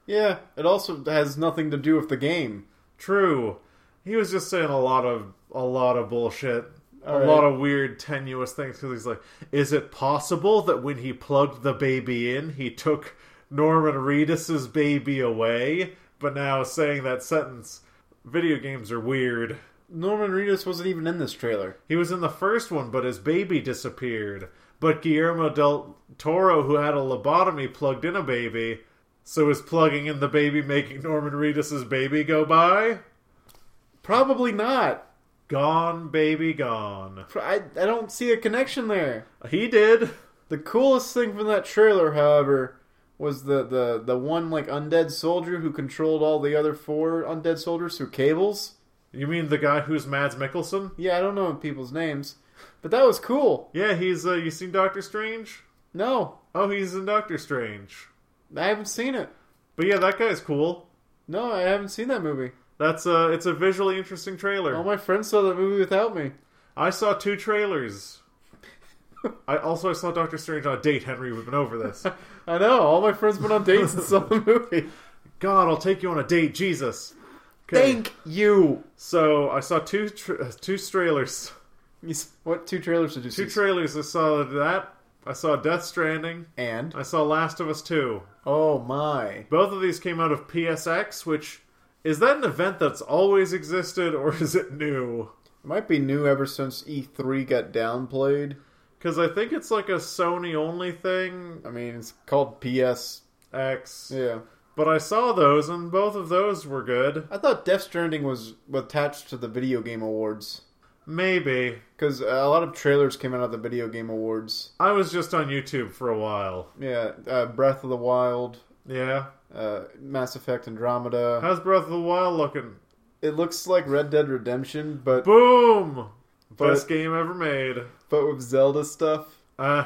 S2: Yeah, it also has nothing to do with the game.
S1: True. He was just saying a lot of a lot of bullshit. a
S2: right.
S1: lot of weird, tenuous things because he's like, is it possible that when he plugged the baby in, he took Norman Reedus's baby away? But now saying that sentence, video games are weird.
S2: Norman Reedus wasn't even in this trailer.
S1: He was in the first one, but his baby disappeared. But Guillermo del Toro, who had a lobotomy, plugged in a baby. So is plugging in the baby making Norman Reedus's baby go by?
S2: Probably not.
S1: Gone, baby, gone.
S2: Pro- I, I don't see a connection there.
S1: He did.
S2: The coolest thing from that trailer, however, was the, the, the one like undead soldier who controlled all the other four undead soldiers through cables.
S1: You mean the guy who's Mads Mikkelsen?
S2: Yeah, I don't know people's names, but that was cool.
S1: Yeah, he's. Uh, you seen Doctor Strange?
S2: No,
S1: Oh, he's in Doctor Strange.
S2: I haven't seen it.
S1: But yeah, that guy's cool.
S2: No, I haven't seen that movie.
S1: That's uh It's a visually interesting trailer.
S2: All my friends saw that movie without me.
S1: I saw two trailers. I also I saw Doctor Strange on a date. Henry, we've been over this.
S2: I know. All my friends went on dates and saw the movie.
S1: God, I'll take you on a date, Jesus. 'Kay.
S2: Thank you.
S1: So I saw two tra- two trailers.
S2: You s- What two trailers did you
S1: Two
S2: see?
S1: trailers. I saw that I saw Death Stranding.
S2: And
S1: I saw Last of Us 2.
S2: oh my,
S1: Both of these came out of PSX, which is that an event that's always existed or is it new?
S2: it might be new ever since E3 got downplayed.
S1: Because I think it's like a Sony only thing.
S2: I mean, it's called PS.
S1: X.
S2: Yeah,
S1: But I saw those, and both of those were good.
S2: I thought Death Stranding was attached to the Video Game Awards
S1: Maybe.
S2: because a lot of trailers came out of the Video Game Awards.
S1: I was just on YouTube for a while.
S2: Yeah, uh, Breath of the Wild,
S1: Yeah.
S2: uh, Mass Effect Andromeda.
S1: How's Breath of the Wild looking?
S2: It looks like Red Dead Redemption, but
S1: Boom!
S2: But-
S1: Best game ever made.
S2: but with Zelda stuff.
S1: Uh,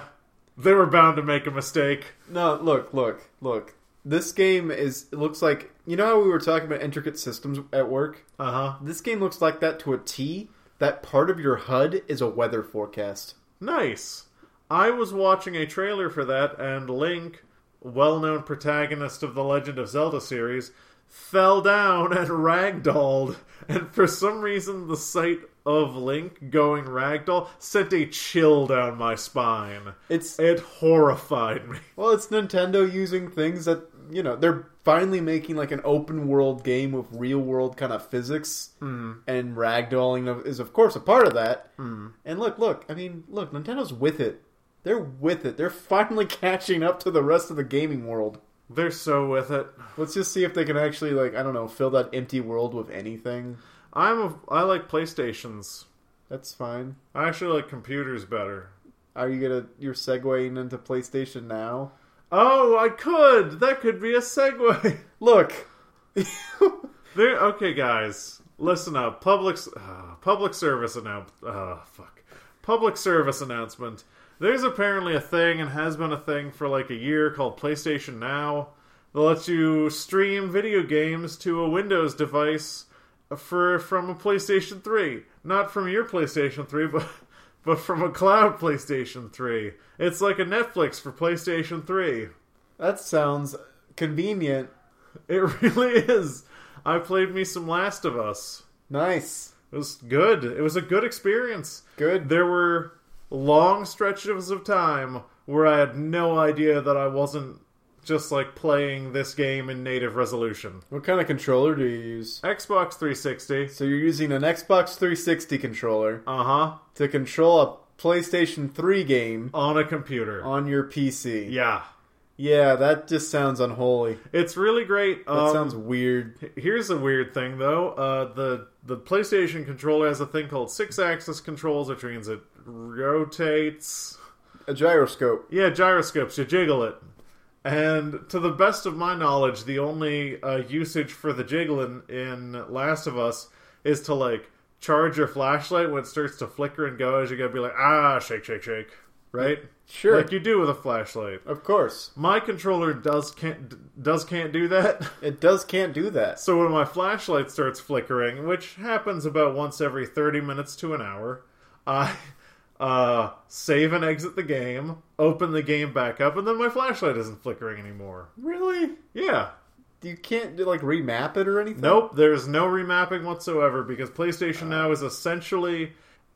S1: they were bound to make a mistake.
S2: No, look, look, look. This game is it looks like you know how we were talking about intricate systems at work.
S1: Uh huh.
S2: This game looks like that to a T. That part of your HUD is a weather forecast.
S1: Nice. I was watching a trailer for that, and Link, well known protagonist of the Legend of Zelda series, fell down and ragdolled. And for some reason, the sight of Link going ragdoll sent a chill down my spine.
S2: It's
S1: It horrified me.
S2: well, it's Nintendo using things that you know they're finally making like an open world game with real world kind of physics, mm. and ragdolling of- is of course a part of that. Mm. And look, look, I mean, look, Nintendo's with it. They're with it. They're finally catching up to the rest of the gaming world.
S1: They're so with it.
S2: Let's just see if they can actually like I don't know fill that empty world with anything.
S1: I'm a, I like PlayStations.
S2: That's fine.
S1: I actually like computers better.
S2: Are you gonna you're segueing into PlayStation now?
S1: Oh, I could. That could be a segue.
S2: Look,
S1: There, okay, guys, listen up. Public uh, public service announcement. Uh, fuck. Public service announcement. There's apparently a thing and has been a thing for like a year called PlayStation Now that lets you stream video games to a Windows device for from a PlayStation 3, not from your PlayStation 3, but but from a cloud PlayStation 3. It's like a Netflix for PlayStation 3.
S2: that sounds convenient.
S1: It really is. I played me some Last of Us.
S2: Nice,
S1: It was good. It was a good experience.
S2: good.
S1: There were long stretches of time where I had no idea that I wasn't just like playing this game in native resolution.
S2: What kind of controller do you use?
S1: Xbox 360.
S2: So you're using an Xbox 360 controller
S1: Uh huh.
S2: to control a PlayStation 3 game
S1: On a computer.
S2: on your PC.
S1: yeah.
S2: Yeah, that just sounds unholy.
S1: It's really great. Um,
S2: That sounds weird.
S1: Here's a weird thing, though. Uh, the the PlayStation controller has a thing called six-axis controls, which means it rotates.
S2: A gyroscope.
S1: Yeah, gyroscopes. You jiggle it. And to the best of my knowledge, the only uh, usage for the jiggling in Last of Us is to like charge your flashlight when it starts to flicker and go as you gotta be like, ah, shake, shake, shake, right?
S2: Sure.
S1: like you do with a flashlight.
S2: Of course.
S1: My controller does can't d- does can't do that.
S2: It does can't do that.
S1: So when my flashlight starts flickering, which happens about once every 30 minutes to an hour, I uh, save and exit the game, open the game back up, and then my flashlight isn't flickering anymore.
S2: Really?
S1: Yeah.
S2: You can't do, like remap it or anything?
S1: Nope, there's no remapping whatsoever because PlayStation Now is essentially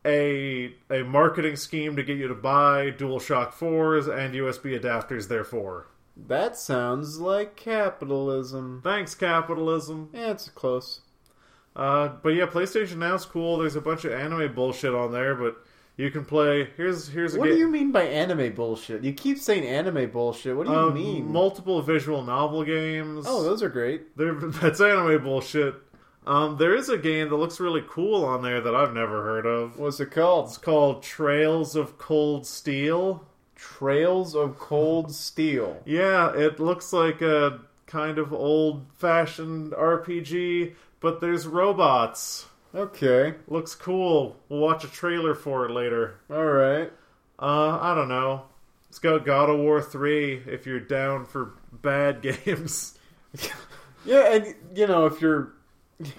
S1: a a marketing scheme to get you to buy DualShock 4s and USB adapters therefore.
S2: That sounds like capitalism.
S1: Thanks capitalism.
S2: Yeah, it's close.
S1: Uh, but yeah, PlayStation Now's cool. There's a bunch of anime bullshit on there, but you can play. Here's here's a
S2: What do
S1: game.
S2: you mean by anime bullshit? You keep saying anime bullshit. What do you
S1: uh,
S2: mean?
S1: multiple visual novel games.
S2: oh, those are great.
S1: There- that's anime bullshit. Um, there is a game that looks really cool on there that I've never heard of.
S2: What's it called?
S1: It's called Trails of Cold Steel.
S2: Trails of Cold Steel.
S1: Yeah, it looks like a kind of old-fashioned RPG, but there's robots.
S2: Okay.
S1: Looks cool. We'll watch a trailer for it later.
S2: All right.
S1: Uh, I don't know. Let's go God of War 3 if you're down for bad games.
S2: Yeah, and you know, if you're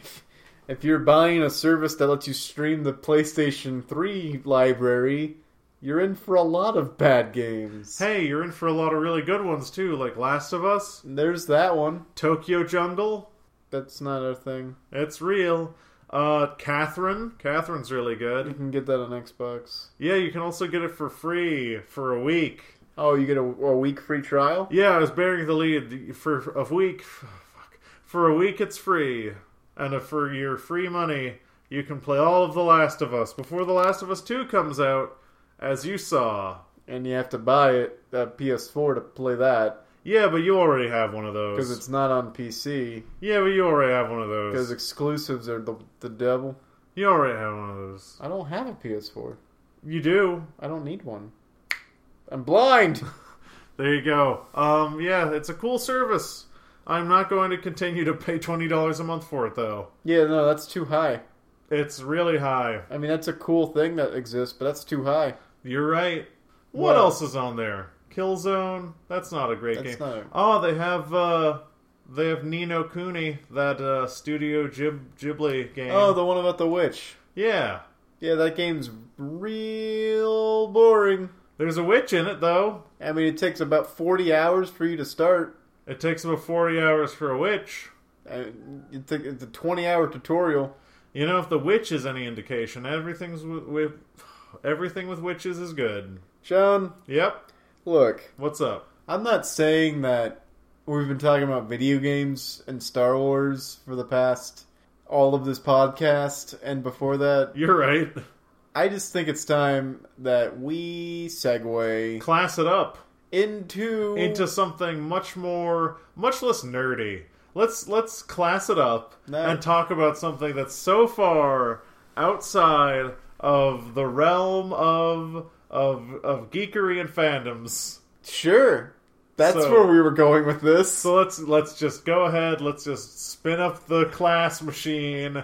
S2: if you're buying a service that lets you stream the PlayStation 3 library, you're in for a lot of bad games.
S1: hey, you're in for a lot of really good ones too, like Last of Us,
S2: There's that one.
S1: Tokyo Jungle.
S2: That's not a thing.
S1: It's real. Uh, Catherine. Catherine's really good.
S2: You can get that on Xbox.
S1: Yeah, you can also get it for free for a week.
S2: Oh, you get a, a week free trial?
S1: Yeah, I was bearing the lead for a week. Fuck. For a week, it's free, and if for your free money, you can play all of The Last of Us before The Last of Us Two comes out, as you saw.
S2: And you have to buy it uh, PS4 to play that
S1: Yeah, but you already have one of
S2: because
S1: those.
S2: it's not on PC.
S1: yeah, but you already have one of those.
S2: Because exclusives are the, the devil.
S1: You already have one of those.
S2: I don't have a PS4.
S1: You do.
S2: I don't need one. I'm blind.
S1: There you go. Um, yeah, it's a cool service. I'm not going to continue to pay twenty dollars a month for it though.
S2: yeah, no, that's too high.
S1: It's really high.
S2: I mean, that's a cool thing that exists, but that's too high.
S1: You're right. What
S2: What?
S1: else is on there? Killzone. That's not a great
S2: That's
S1: game.
S2: not a-
S1: Oh, they have uh, they have Nino Cooney, that uh, Studio Ghib- Ghibli game.
S2: Oh, the one about the witch.
S1: yeah.
S2: Yeah, that game's real boring.
S1: There's a witch in it though.
S2: I mean, it takes about 40 hours for you to start.
S1: It takes about forty hours for a witch.
S2: I- It's a, it's a 20 hour tutorial.
S1: You know, if the witch is any indication, everything's with, with everything with witches is good.
S2: Sean,
S1: Yep.
S2: look,
S1: What's up?
S2: I'm not saying that we've been talking about video games and Star Wars for the past all of this podcast and before that.
S1: You're right.
S2: I just think it's time that we segue
S1: Class it up
S2: into
S1: into something much more, much less nerdy. Let's let's class it up
S2: No.
S1: and talk about something that's so far outside of the realm of of of geekery and fandoms.
S2: sure. That's
S1: So-
S2: where we were going with this.
S1: So let's let's just go ahead. Let's just spin up the class machine.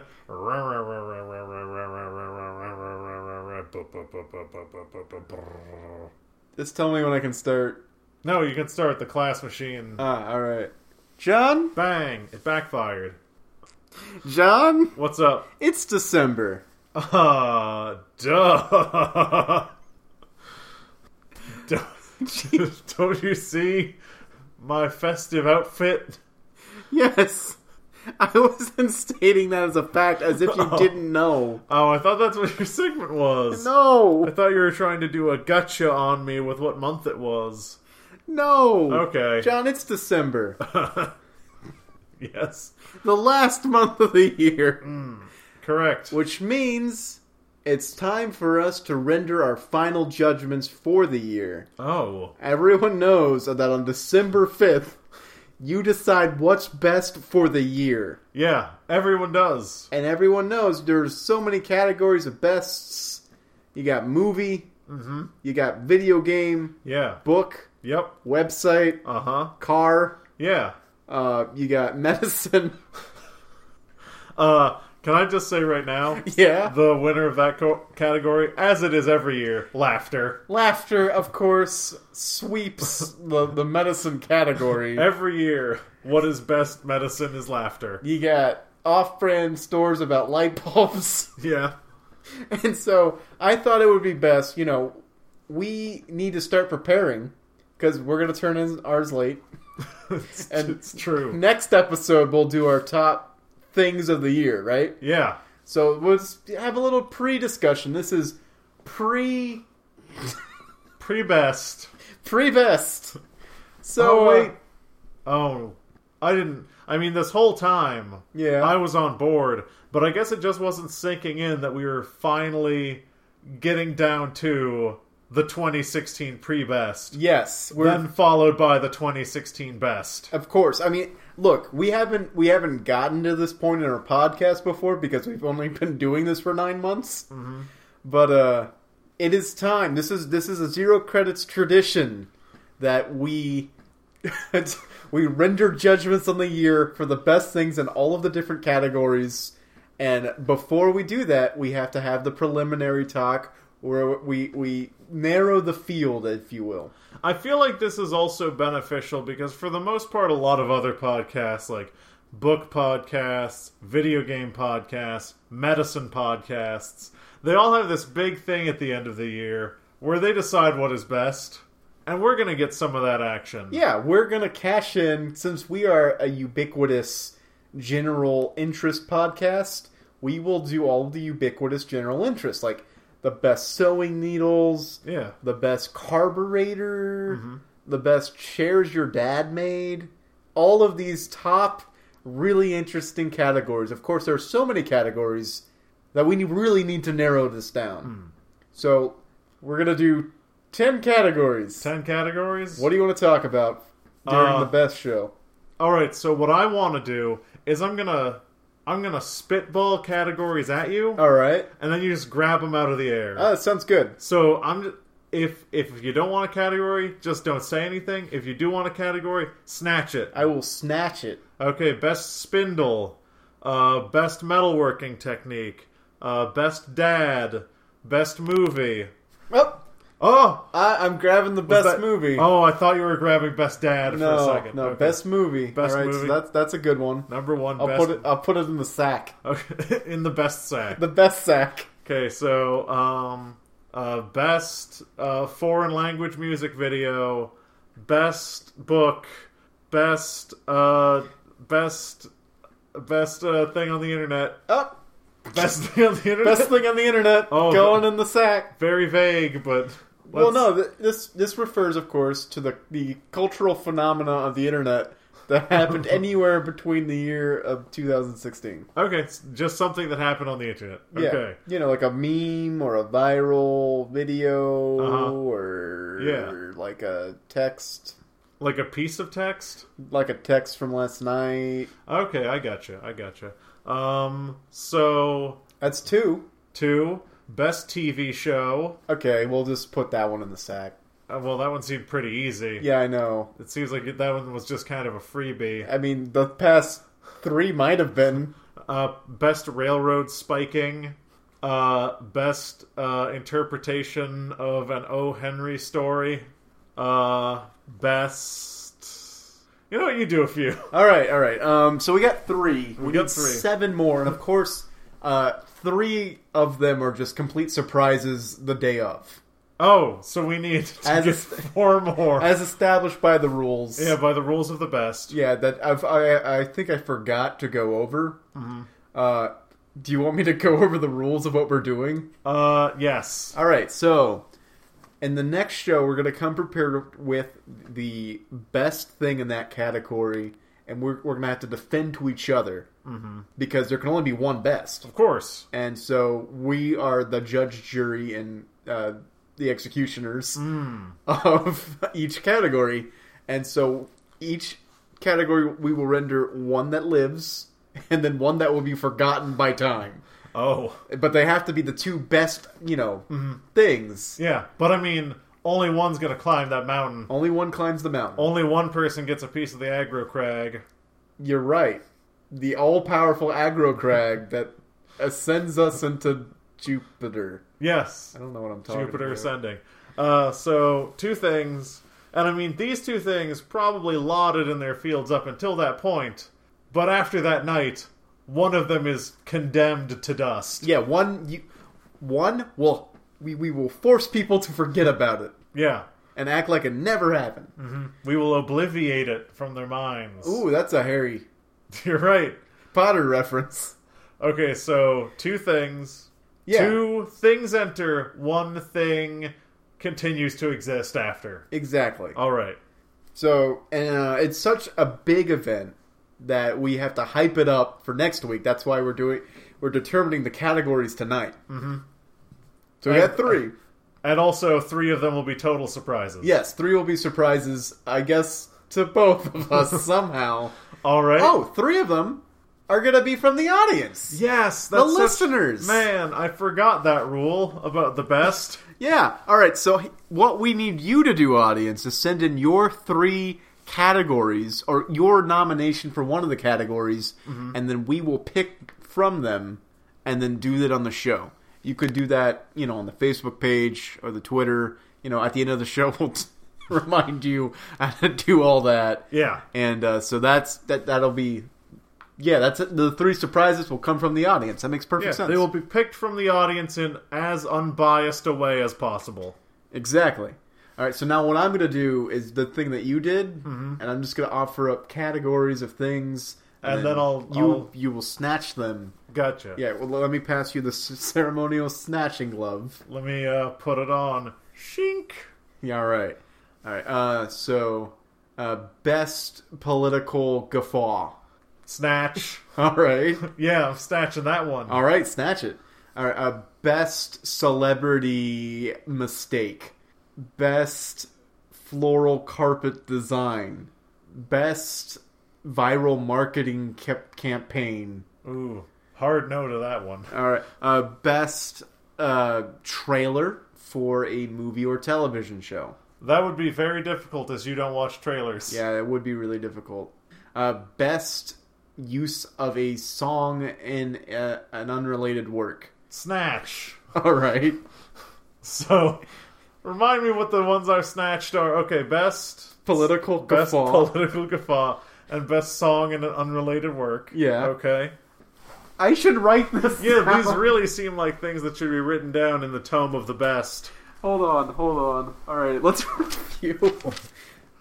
S2: just tell me when I can start.
S1: No, you can start the class machine.
S2: Ah, all right. John,
S1: Bang! It backfired.
S2: John,
S1: What's up?
S2: it's December.
S1: Uh, duh. Don't- Don't you see my festive outfit?
S2: Yes. I wasn't stating that as a fact as if you
S1: Oh.
S2: didn't know.
S1: Oh, I thought that's what your segment was. I
S2: No.
S1: thought you were trying to do a gotcha on me with what month it was.
S2: No.
S1: Okay.
S2: John, it's December.
S1: yes.
S2: the last month of the year.
S1: Correct.
S2: Which means it's time for us to render our final judgments for the year.
S1: Oh.
S2: Everyone knows that on December 5th, you decide what's best for the year.
S1: Yeah, everyone does.
S2: And everyone knows there's so many categories of bests. You got movie, you got video game,
S1: Yeah.
S2: book,
S1: Yep.
S2: website,
S1: Uh huh.
S2: car,
S1: Yeah.
S2: uh, you got medicine.
S1: Uh, can I just say right now?
S2: yeah.
S1: The winner of that co- category, as it is every year, laughter.
S2: Laughter, of course, sweeps the, the medicine category.
S1: Every year, what is best medicine is laughter.
S2: You got off brand stores about light bulbs.
S1: Yeah.
S2: And so I thought it would be best, you know, we need to start preparing because we're going to turn in ours late.
S1: it's,
S2: And-
S1: it's true.
S2: Next episode, we'll do our top things of the year, right?
S1: Yeah.
S2: So let's have a little pre discussion. This is pre
S1: Pre best.
S2: pre best. So
S1: Oh, uh,
S2: wait.
S1: Oh, I didn't. I mean, this whole time,
S2: Yeah.
S1: I was on board, but I guess it just wasn't sinking in that we were finally getting down to the 2016 pre best,
S2: yes, we're
S1: then followed by the 2016 best.
S2: Of course. I mean, look, we haven't we haven't gotten to this point in our podcast before because we've only been doing this for nine months. But uh, it is time. This is this is a zero credits tradition that we we render judgments on the year for the best things in all of the different categories. And before we do that, we have to have the preliminary talk where we we narrow the field, if you will.
S1: I feel like this is also beneficial because, for the most part, a lot of other podcasts, like book podcasts, video game podcasts, medicine podcasts, they all have this big thing at the end of the year where they decide what is best. And we're going to get some of that action.
S2: Yeah, we're gonna cash in since we are a ubiquitous general interest podcast. we will do all of the ubiquitous general interests, like the best sewing needles,
S1: Yeah.
S2: the best carburetor, the best chairs your dad made, all of these top really interesting categories. Of course, there are so many categories that we really need to narrow this down. So we're gonna do ten categories.
S1: Ten categories.
S2: What do you want to talk about during
S1: Uh,
S2: the best show?
S1: All right. So what I want to do is I'm gonna I'm gonna spitball categories at you,
S2: All right,
S1: and then you just grab them out of the air.
S2: Ah, that sounds good.
S1: so I'm if if you don't want a category, just don't say anything. If you do want a category, snatch it.
S2: I will snatch it.
S1: Okay, best spindle, uh, best metalworking technique, uh, best dad, best movie.
S2: Oh,
S1: Oh,
S2: I, I'm grabbing the best
S1: was that-
S2: movie.
S1: Oh, I thought you were grabbing best dad
S2: no,
S1: for a second.
S2: no,
S1: Okay.
S2: best movie.
S1: Best
S2: All right,
S1: movie.
S2: so that's that's a good one.
S1: number one.
S2: I'll
S1: best
S2: put it. I'll put it in the sack.
S1: Okay, in the best sack.
S2: The best sack.
S1: Okay, so um, uh, best uh, foreign language music video, best book, best uh, best best uh, thing on the internet,
S2: Oh,
S1: best thing on the internet.
S2: best thing on the internet.
S1: Oh,
S2: going
S1: the-
S2: in the sack.
S1: Very vague, but let's-
S2: Well, no, th- this this refers, of course, to the the cultural phenomena of the internet that happened anywhere between the year of 2016.
S1: Okay, it's just something that happened on the internet.
S2: Yeah,
S1: Okay.
S2: you know, like a meme or a viral video
S1: Uh-huh.
S2: or
S1: Yeah.
S2: like a text,
S1: Like a piece of text?
S2: like a text from last night.
S1: Okay, I gotcha. I gotcha. Um, so,
S2: That's two.
S1: two, best TV show.
S2: Okay, we'll just put that one in the sack.
S1: Uh, well, that one seemed pretty easy.
S2: Yeah, I know.
S1: It seems like that one was just kind of a freebie.
S2: I mean, the past three might have been.
S1: Uh, best railroad spiking. Uh, best uh, interpretation of an O. Henry story. Uh, best. You know what? You do a few.
S2: All right, all right. Um, so we got three. We,
S1: got
S2: need
S1: three.
S2: Seven more, and of course, uh, three of them are just complete surprises the day of,
S1: Oh, so we need to
S2: As
S1: get
S2: a-
S1: four more.
S2: as established by the rules.
S1: yeah, by the rules of the best.
S2: Yeah, that I've, I I think I forgot to go over. Uh, do you want me to go over the rules of what we're doing?
S1: Uh, yes.
S2: All right, so in the next show, we're going to come prepared with the best thing in that category, and we're, we're going to have to defend to each other because there can only be one best.
S1: Of course.
S2: And so we are the judge, jury, and uh, the executioners
S1: Hmm.
S2: of each category. And so each category, we will render one that lives and then one that will be forgotten by time
S1: Oh.
S2: but they have to be the two best, you know, things.
S1: Mm-hmm. Yeah, but I mean, only one's gonna climb that mountain.
S2: Only one climbs the mountain.
S1: Only one person gets a piece of the aggro crag.
S2: You're right. The all-powerful aggro crag that ascends us into Jupiter.
S1: Yes.
S2: I don't know what I'm talking
S1: Jupiter
S2: about.
S1: ascending. Uh, so, two things. And I mean, these two things probably lauded in their fields up until that point. But after that night, one of them is condemned to dust.
S2: Yeah, one. You, one. Well, we we will force people to forget about it
S1: Yeah.
S2: and act like it never happened.
S1: We will obliviate it from their minds.
S2: Ooh, that's a Harry
S1: You're right.
S2: Potter reference.
S1: Okay, so two things.
S2: Yeah.
S1: Two things enter, one thing continues to exist after.
S2: Exactly.
S1: All right.
S2: So, and uh, it's such a big event that we have to hype it up for next week. That's why we're doing we're determining the categories tonight. Mm-hmm. So we
S1: And-
S2: got three.
S1: And also, three of them will be total surprises.
S2: Yes, three will be surprises, I guess, to both of us somehow.
S1: All right.
S2: Oh, three of them are gonna be from the audience.
S1: yes.
S2: The
S1: That's such-
S2: listeners.
S1: Man, I forgot that rule about the best.
S2: Yeah. All right. So h- what we need you to do, audience, is send in your three categories or your nomination for one of the categories,
S1: Mm-hmm.
S2: and then we will pick from them and then do that on the show. You could do that, you know, on the Facebook page or the Twitter. You know, at the end of the show, we'll t- remind you how to do all that.
S1: Yeah.
S2: And uh, so that's that. That'll be. Yeah, that's it. the three surprises will come from the audience. That makes perfect
S1: Yeah,
S2: sense.
S1: they will be picked from the audience in as unbiased a way as possible.
S2: Exactly. All right, so now what I'm going to do is the thing that you did, and I'm just going to offer up categories of things
S1: Mm-hmm. And then I'll-
S2: you
S1: I'll-
S2: you will snatch them.
S1: Gotcha.
S2: Yeah, well, let me pass you the s- ceremonial snatching glove.
S1: Let me uh, put it on. Shink.
S2: Yeah, all right, all right. Uh, so, uh, best political guffaw.
S1: Snatch.
S2: All right,
S1: Yeah, I'm snatching that one.
S2: all right, snatch it. All right, uh, best celebrity mistake. Best floral carpet design. Best viral marketing cap- campaign.
S1: Ooh, hard no to that one.
S2: All right. Uh, best uh, trailer for a movie or television show.
S1: That would be very difficult as you don't watch trailers.
S2: Yeah, it would be really difficult. Uh, best use of a song in uh, an unrelated work.
S1: Snatch.
S2: All right.
S1: So, remind me what the ones I snatched are. Okay, best
S2: Political
S1: best
S2: guffaw.
S1: political guffaw and best song in an unrelated work.
S2: Yeah.
S1: Okay.
S2: I should write this.
S1: Yeah, these
S2: down.
S1: really seem like things that should be written down in the tome of the best.
S2: Hold on, hold on. All right, let's review.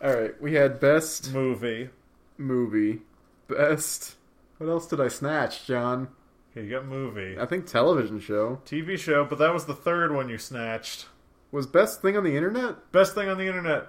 S2: All right, we had best
S1: Movie.
S2: movie, best. What else did I snatch, John?
S1: Okay, you got movie.
S2: I think television show
S1: TV show, but that was the third one you snatched.
S2: was best thing on the internet.
S1: Best thing on the internet.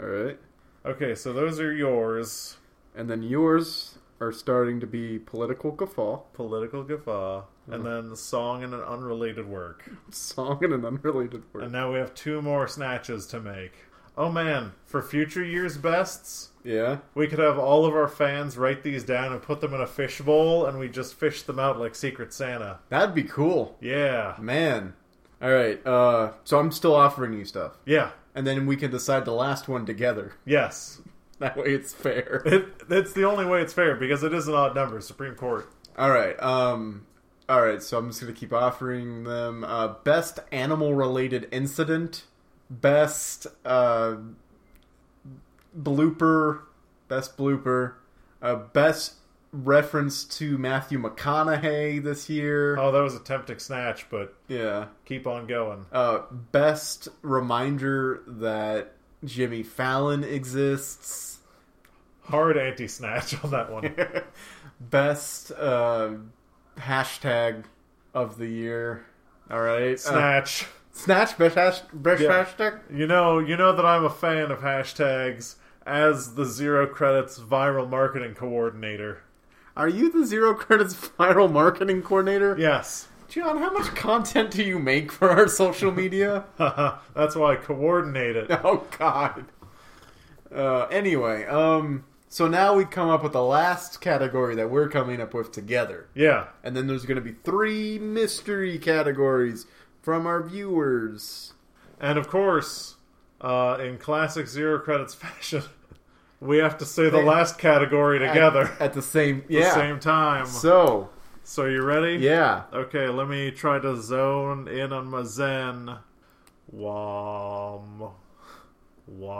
S2: All right.
S1: Okay, so those are yours.
S2: And then yours are starting to be political guffaw,
S1: Political guffaw, and then the song in an unrelated work.
S2: song, and an unrelated word.
S1: And now we have two more snatches to make. Oh man, for future years' bests,
S2: yeah.
S1: we could have all of our fans write these down and put them in a fishbowl, and we just fish them out like Secret Santa.
S2: That'd be cool.
S1: Yeah.
S2: Man. All right. Uh, so I'm still offering you stuff.
S1: Yeah.
S2: And then we can decide the last one together.
S1: Yes.
S2: That way it's fair.
S1: It, it's the only way it's fair because it is an odd number, Supreme Court.
S2: all right. Um, all right. So I'm just going to keep offering them uh, best animal related incident, best uh, blooper, best blooper, uh, best reference to Matthew McConaughey this year.
S1: Oh, that was a tempting snatch, but
S2: Yeah.
S1: keep on going.
S2: Uh, best reminder that Jimmy Fallon exists.
S1: Hard anti snatch on that one.
S2: best uh, hashtag of the year. All right. Uh,
S1: Snatch.
S2: snatch best, hash, best
S1: Yeah.
S2: hashtag.
S1: You know, you know that I'm a fan of hashtags as the zero credits viral marketing coordinator.
S2: Are you the zero credits viral marketing coordinator?
S1: Yes.
S2: John, how much content do you make for our social media?
S1: That's why I coordinate it.
S2: oh God. Uh, anyway, um, so now we come up with the last category that we're coming up with together.
S1: Yeah.
S2: And then there's going to be three mystery categories from our viewers.
S1: And of course, uh, in classic zero credits fashion, we have to say the
S2: They-
S1: last category
S2: At-
S1: together
S2: at, the same
S1: at
S2: yeah.
S1: the same time. So,
S2: So
S1: you ready?
S2: yeah,
S1: Okay, let me try to zone in on my zen. Wom.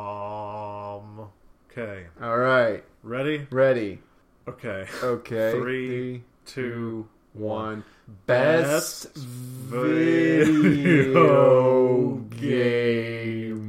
S1: Wom. Okay.
S2: all right,
S1: Ready?
S2: ready?
S1: Okay.
S2: Okay,
S1: Three,
S2: two,
S1: two,
S2: one. Best
S1: Best
S2: video
S1: video
S2: game.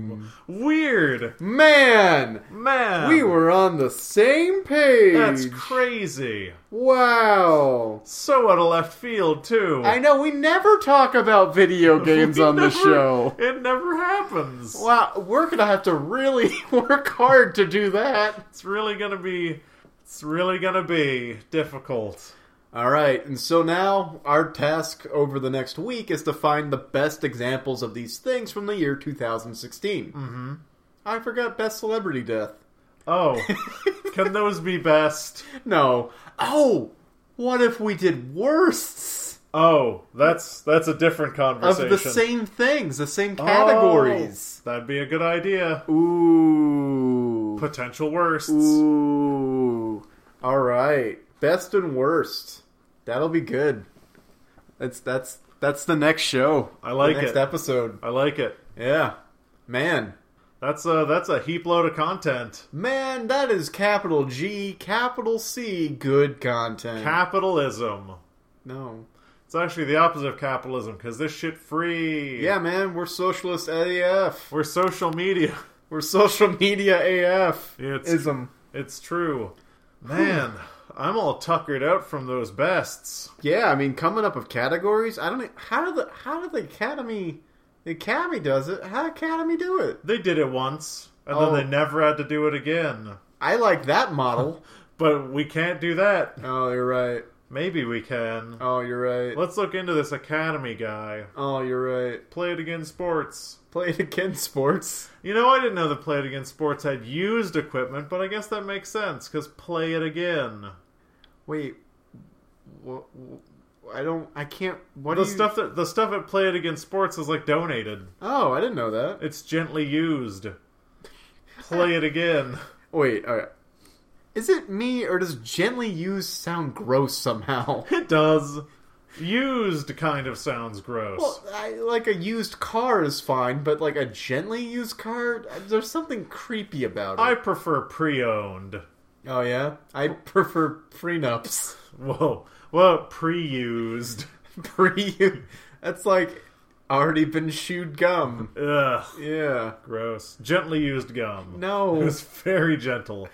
S1: Weird!
S2: Man,
S1: Man!
S2: we were on the same page.
S1: That's crazy.
S2: wow.
S1: So out of left field, too.
S2: I know we never talk about video games
S1: We
S2: on the
S1: never-
S2: show.
S1: It never happens.
S2: Wow, we're gonna have to really work hard to do that.
S1: It's really gonna be. It's really gonna be difficult.
S2: All right, and so now our task over the next week is to find the best examples of these things from the year 2016. Mm-hmm. I forgot best celebrity death.
S1: Oh, can those be best?
S2: No. Oh, what if we did worsts
S1: Oh, that's that's a different
S2: of
S1: conversation.
S2: the same things, the same
S1: Oh,
S2: categories?
S1: that'd be a good idea.
S2: Ooh.
S1: Potential worsts.
S2: Ooh. All right, best and worst. That'll be good. That's that's that's the next show.
S1: I like
S2: the next
S1: it.
S2: episode.
S1: I like it.
S2: Yeah. Man.
S1: That's a that's a heap load of content.
S2: Man, that is capital G, capital C, good content.
S1: Capitalism.
S2: no.
S1: It's actually the opposite of capitalism because this shit free.
S2: Yeah, man, we're socialist AF.
S1: we're social media.
S2: We're social media AF.
S1: It's-
S2: Ism.
S1: It's true. Man, I'm all tuckered out from those bests.
S2: Yeah, I mean, coming up with categories, I don't. e- How did the How did the Academy? The Academy does it. How did Academy do it?
S1: They did it once, and
S2: Oh.
S1: then they never had to do it again.
S2: I like that model.
S1: But we can't do that.
S2: oh, you're right.
S1: Maybe we can.
S2: Oh, you're right.
S1: Let's look into this Academy guy.
S2: Oh, you're right.
S1: Play it again sports.
S2: Play it again, sports.
S1: You know, I didn't know that Play It Again Sports had used equipment, but I guess that makes sense because Play It Again.
S2: Wait, wha- wha- I don't. I can't. What
S1: The
S2: do you-
S1: stuff that the stuff at Play It Again Sports is like donated.
S2: Oh, I didn't know that.
S1: It's gently used. Play it again.
S2: Wait, okay. Is it me or does gently used sound gross somehow?
S1: It does. Used kind of sounds gross.
S2: Well, I, like a used car is fine, but like a gently used car, there's something creepy about it.
S1: I prefer pre-owned.
S2: oh yeah, I prefer prenups.
S1: Whoa. Well, pre-used.
S2: Pre, that's like already been chewed gum.
S1: Ugh,
S2: Yeah,
S1: gross. Gently used gum. It
S2: no,
S1: was very gentle.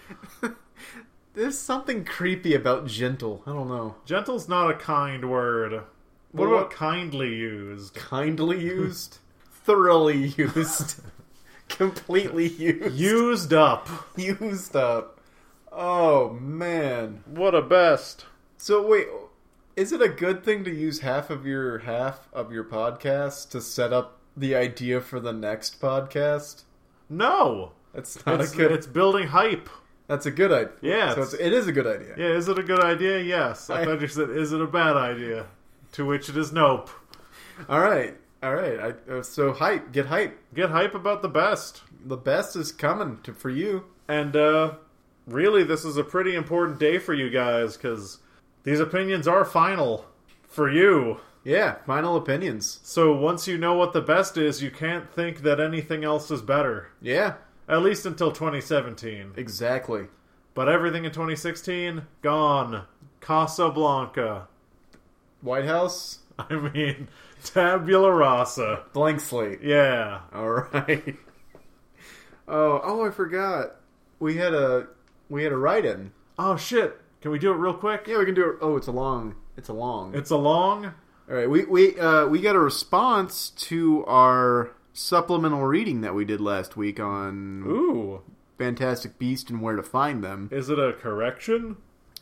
S2: there's something creepy about gentle. I don't know.
S1: Gentle's not a kind word. What
S2: Well,
S1: about kindly used?
S2: Kindly used, thoroughly used, completely used,
S1: Used up.
S2: used up. Oh man.
S1: What a best.
S2: So wait, is it a good thing to use half of your half of your podcast to set up the idea for the next podcast?
S1: No.
S2: That's not
S1: It's,
S2: a good.
S1: it's building hype.
S2: that's a good idea.
S1: Yeah,
S2: so
S1: it's-
S2: it's, it is a good idea.
S1: Yeah, is it a good idea? Yes. I,
S2: I-
S1: thought you said, is it a bad idea? To which it is nope.
S2: All right, all right. I, uh, so hype, get hype.
S1: Get hype about the best.
S2: The best is coming to, for you.
S1: And, uh, really, this is a pretty important day for you guys because these opinions are final for you.
S2: Yeah, final opinions.
S1: So once you know what the best is, you can't think that anything else is better.
S2: Yeah,
S1: At least until 2017.
S2: exactly.
S1: But everything in 2016, gone. Casablanca.
S2: White House,
S1: I mean, tabula rasa.
S2: blank slate.
S1: Yeah.
S2: All right. oh, oh, I forgot. We had a we had a write-in.
S1: Oh, shit. Can we do it real quick?
S2: Yeah, we can do it. Oh, it's a long. It's a long.
S1: It's a long.
S2: All right, we we uh, we got a response to our supplemental reading that we did last week on
S1: Ooh.
S2: Fantastic Beast and where to find them.
S1: Is it a correction?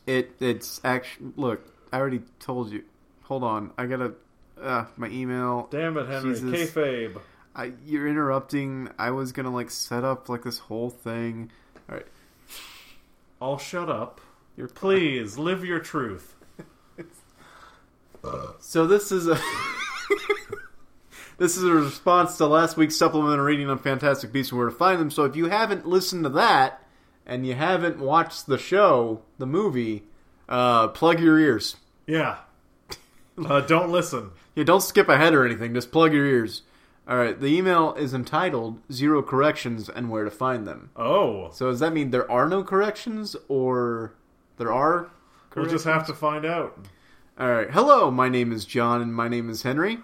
S2: It it's actually look. I already told you. Hold on, I gotta uh, my email.
S1: Damn it, Henry.
S2: Jesus.
S1: Kayfabe.
S2: I, you're interrupting. I was gonna like set up like this whole thing. All right,
S1: I'll shut up.
S2: you're
S1: Please, live your truth.
S2: So this is a this is a response to last week's supplemental reading on Fantastic Beasts and Where to Find Them. So if you haven't listened to that and you haven't watched the show, the movie, uh, plug your ears.
S1: Yeah. Uh, don't listen.
S2: Yeah, don't skip ahead or anything. Just plug your ears. All right. The email is entitled Zero Corrections and Where to Find Them.
S1: Oh.
S2: So does that mean there are no corrections or there are?
S1: We'll just have to find out.
S2: All right. Hello, my name is John and my name is Henry.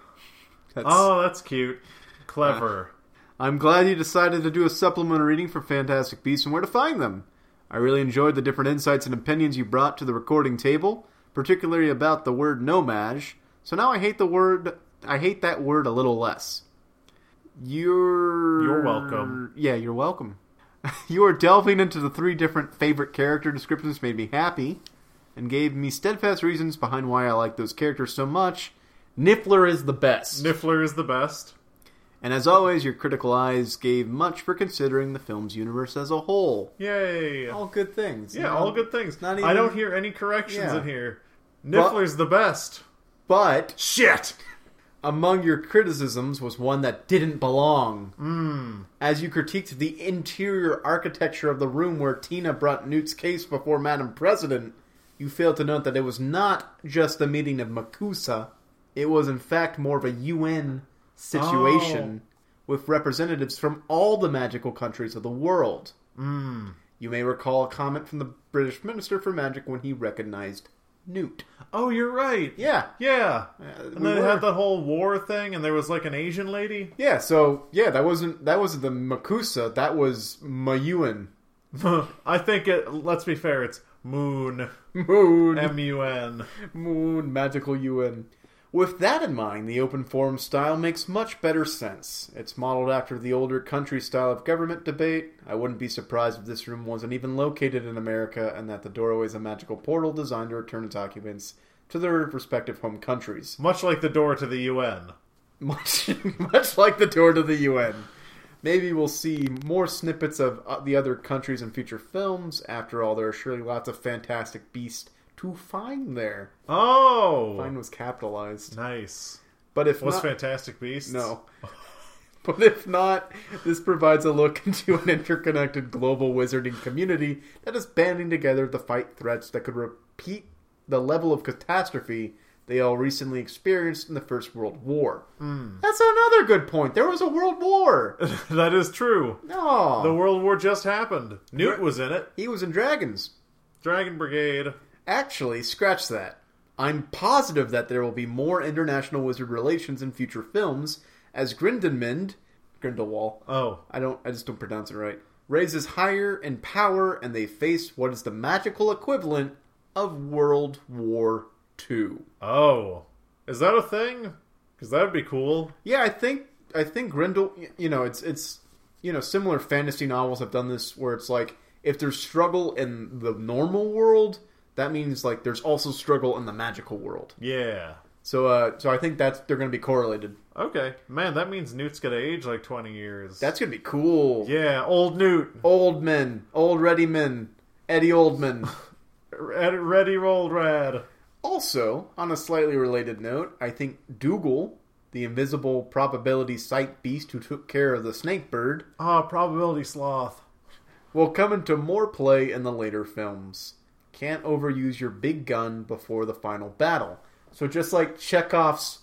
S2: That's,
S1: Oh, that's cute. Clever.
S2: I'm glad you decided to do a supplemental reading for Fantastic Beasts and where to find them. I really enjoyed the different insights and opinions you brought to the recording table, particularly about the word nomage. So now I hate the word. I hate that word a little less. You're
S1: You're welcome.
S2: Yeah, you're welcome. you are delving into the three different favorite character descriptions made me happy, and gave me steadfast reasons behind why I like those characters so much. Niffler is the best.
S1: Niffler is the best.
S2: And as always, your critical eyes gave much for considering the film's universe as a whole.
S1: Yay.
S2: All good things.
S1: yeah, all good things.
S2: not
S1: I
S2: even-
S1: don't hear any corrections
S2: Yeah.
S1: in here. Niffler's the best.
S2: But
S1: Shit!
S2: among your criticisms was one that didn't belong. As you critiqued the interior architecture of the room where Tina brought Newt's case before Madam President, you failed to note that it was not just a meeting of Makusa. It was, in fact, more of a UN situation with representatives from all the magical countries of the world.
S1: Mm.
S2: You may recall a comment from the British Minister for Magic when he recognized Newt.
S1: Oh, you're right.
S2: Yeah.
S1: Yeah.
S2: uh,
S1: And
S2: we
S1: then they
S2: were.
S1: had that whole war thing, and there was like an Asian lady.
S2: yeah, so yeah, that wasn't that wasn't the Makusa, that was Mayuan.
S1: I think it. Let's be fair. It's Moon.
S2: Moon.
S1: M U N.
S2: Moon, magical UN. With that in mind, the open forum style makes much better sense. It's modeled after the older country style of government debate. I wouldn't be surprised if this room wasn't even located in America and that the doorway is a magical portal designed to return its occupants to their respective home countries.
S1: Much like the door to the UN.
S2: Much, much like the door to the UN. Maybe we'll see more snippets of uh, the other countries in future films. After all, there are surely lots of fantastic beasts to find there.
S1: Oh!
S2: Mine was capitalized.
S1: Nice.
S2: But if
S1: Was
S2: not,
S1: Fantastic Beasts?
S2: no. but if not, this provides a look into an interconnected global wizarding community that is banding together to fight threats that could repeat the level of catastrophe they all recently experienced in the First World War. That's another good point. There was a world war.
S1: that is true.
S2: No,
S1: The World War just happened. Newt was in it.
S2: he was in dragons.
S1: Dragon Brigade.
S2: Actually, scratch that. I'm positive that there will be more international wizard relations in future films, as Grindelmund, Grindelwald,
S1: Oh.
S2: I don't. I just don't pronounce it right. Raises higher in power, and they face what is the magical equivalent of World War II.
S1: Oh. Is that a thing? Because that would be cool.
S2: Yeah, I think I think Grendel. You know, it's it's you know similar fantasy novels have done this where it's like if there's struggle in the normal world, that means like there's also struggle in the magical world.
S1: Yeah.
S2: So uh, so I think that's they're going to be correlated.
S1: Okay. Man, that means Newt's gonna age like 20 years.
S2: That's going to be cool.
S1: Yeah, old Newt.
S2: Old men, old ready men, Eddie Oldman.
S1: Red- Ready, rolled, rad.
S2: Also, on a slightly related note, I think Dougal, the invisible probability sight beast who took care of the snake bird,
S1: Ah, probability sloth.
S2: will come into more play in the later films. Can't overuse your big gun before the final battle. So just like Chekhov's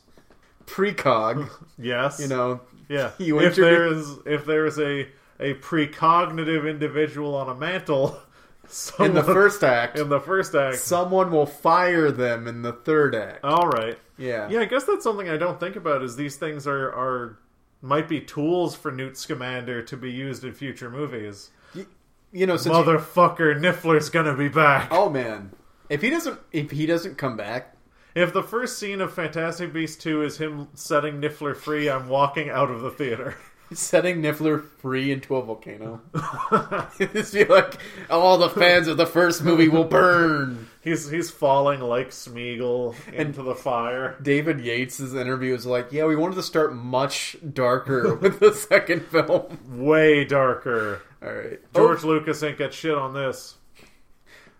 S2: precog,
S1: Yes.
S2: you know,
S1: Yeah.
S2: You
S1: if
S2: enter-
S1: there is if there is a a precognitive individual on a mantle, someone,
S2: in the first act,
S1: in the first act.
S2: someone will fire them in the third act.
S1: all right.
S2: yeah.
S1: Uh, Yeah, I guess that's something I don't think about. Is these things are are might be tools for Newt Scamander to be used in future movies.
S2: You know, since you-
S1: Motherfucker, Niffler's gonna be back.
S2: oh man, if he doesn't if he doesn't come back,
S1: If the first scene of Fantastic Beasts 2 is him setting Niffler free, I'm walking out of the theater.
S2: setting Niffler free into a volcano. Just be like, all the fans of the first movie will burn.
S1: he's he's falling like Smeagol into the fire.
S2: David Yates' interview is like, yeah, we wanted to start much darker with the second film.
S1: Way darker.
S2: All right.
S1: George
S2: Oh,
S1: Lucas ain't got shit on this.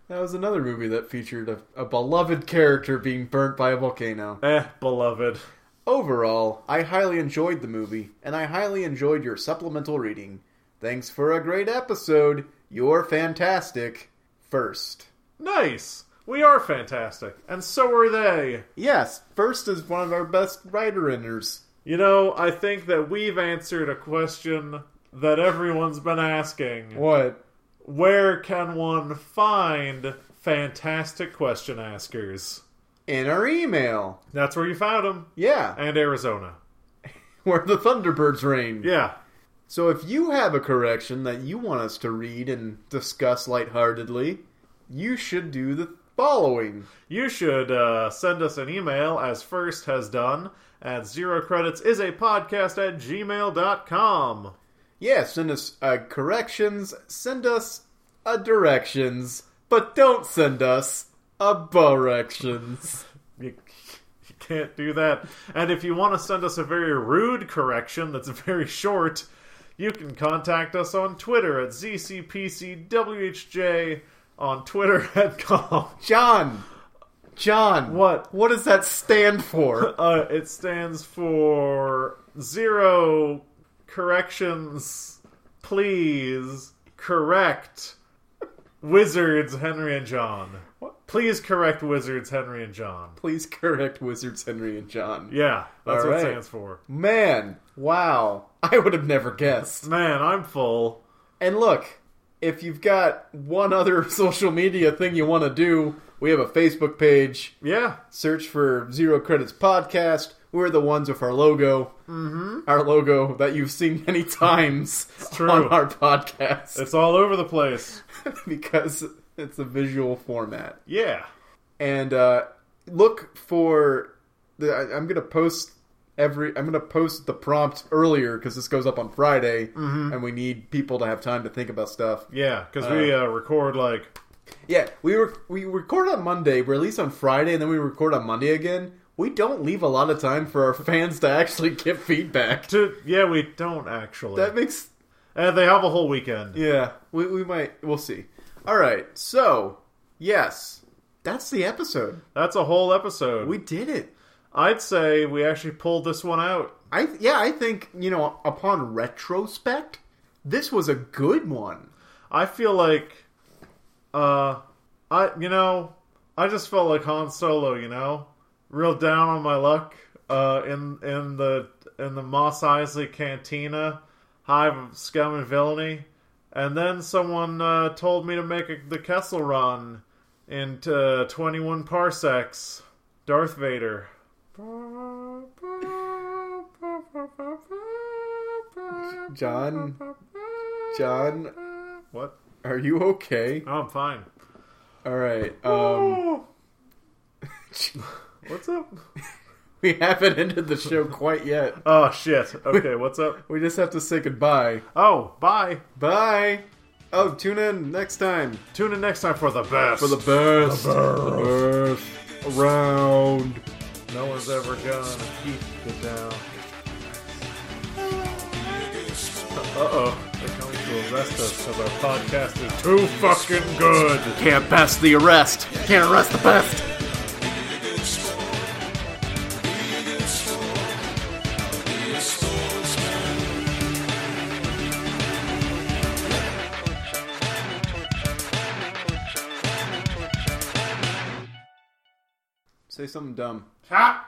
S2: that was another movie that featured a, a beloved character being burnt by a volcano.
S1: Eh, beloved.
S2: Overall, I highly enjoyed the movie, and I highly enjoyed your supplemental reading. Thanks for a great episode. You're fantastic. First.
S1: Nice. We are fantastic, and so are they.
S2: Yes, First is one of our best writer inners.
S1: You know, I think that we've answered a question that everyone's been asking.
S2: What?
S1: Where can one find fantastic question askers?
S2: In our email.
S1: That's where you found them.
S2: Yeah,
S1: And Arizona.
S2: where the Thunderbirds reign.
S1: Yeah.
S2: So if you have a correction that you want us to read and discuss lightheartedly, you should do the following.
S1: You should uh, send us an email, as First has done, at zerocreditsis.a.podcast at gmail.com.
S2: Yeah, send us uh, corrections, send us a directions, but don't send us uh, a directions.
S1: You, you can't do that. And if you want to send us a very rude correction that's very short, you can contact us on Twitter at ZCPCWHJ, on Twitter at com.
S2: John, John,
S1: What?
S2: What does that stand for?
S1: Uh, it stands for zero corrections. Please correct wizards Henry and John.
S2: What?
S1: Please correct wizards Henry and John.
S2: Please correct Wizards Henry and John.
S1: Yeah, that's
S2: All
S1: what
S2: right.
S1: it stands for.
S2: Man, wow, I would have never guessed.
S1: Man, I'm full.
S2: And look, if you've got one other social media thing you want to do, we have a Facebook page.
S1: Yeah,
S2: search for Zero Credits Podcast. We're the ones with our logo, mm-hmm. our logo that you've seen many times
S1: true.
S2: on our podcast
S1: it's all over the place.
S2: because It's a visual format.
S1: Yeah.
S2: and uh, look for the I, i'm gonna post every i'm gonna post the prompt earlier because this goes up on friday
S1: Mm-hmm.
S2: and we need people to have time to think about stuff
S1: Yeah, because we uh, record like
S2: yeah we rec we record on monday we release on friday and then we record on monday again we don't leave a lot of time for our fans to actually get feedback
S1: to yeah we don't actually.
S2: that makes
S1: Uh, they have a whole weekend.
S2: yeah we, we might we'll see all right so yes that's the episode
S1: That's a whole episode.
S2: we did it
S1: I'd say we actually pulled this one out.
S2: I yeah, I think you know upon retrospect, this was a good one.
S1: I feel like, uh, I you know, I just felt like Han Solo. You know, real down on my luck. Uh, in in the in the Moss Isley Cantina, hive of scum and villainy, and then someone uh, told me to make a, the Kessel Run into twenty one parsecs. Darth Vader.
S2: John, John,
S1: What?
S2: are you okay?
S1: Oh, I'm fine.
S2: All right. Um,
S1: Oh, what's up?
S2: we haven't ended the show quite yet.
S1: Oh shit. Okay, what's up?
S2: We just have to say goodbye.
S1: Oh, bye.
S2: Bye. Oh, tune in next time
S1: Tune in next time for the best.
S2: for the best, the best around.
S1: no one's ever gonna keep it down. Uh oh, they're coming to arrest us because our podcast is too fucking good.
S2: Can't pass the arrest. Can't arrest the best. Say something dumb.
S1: Ha!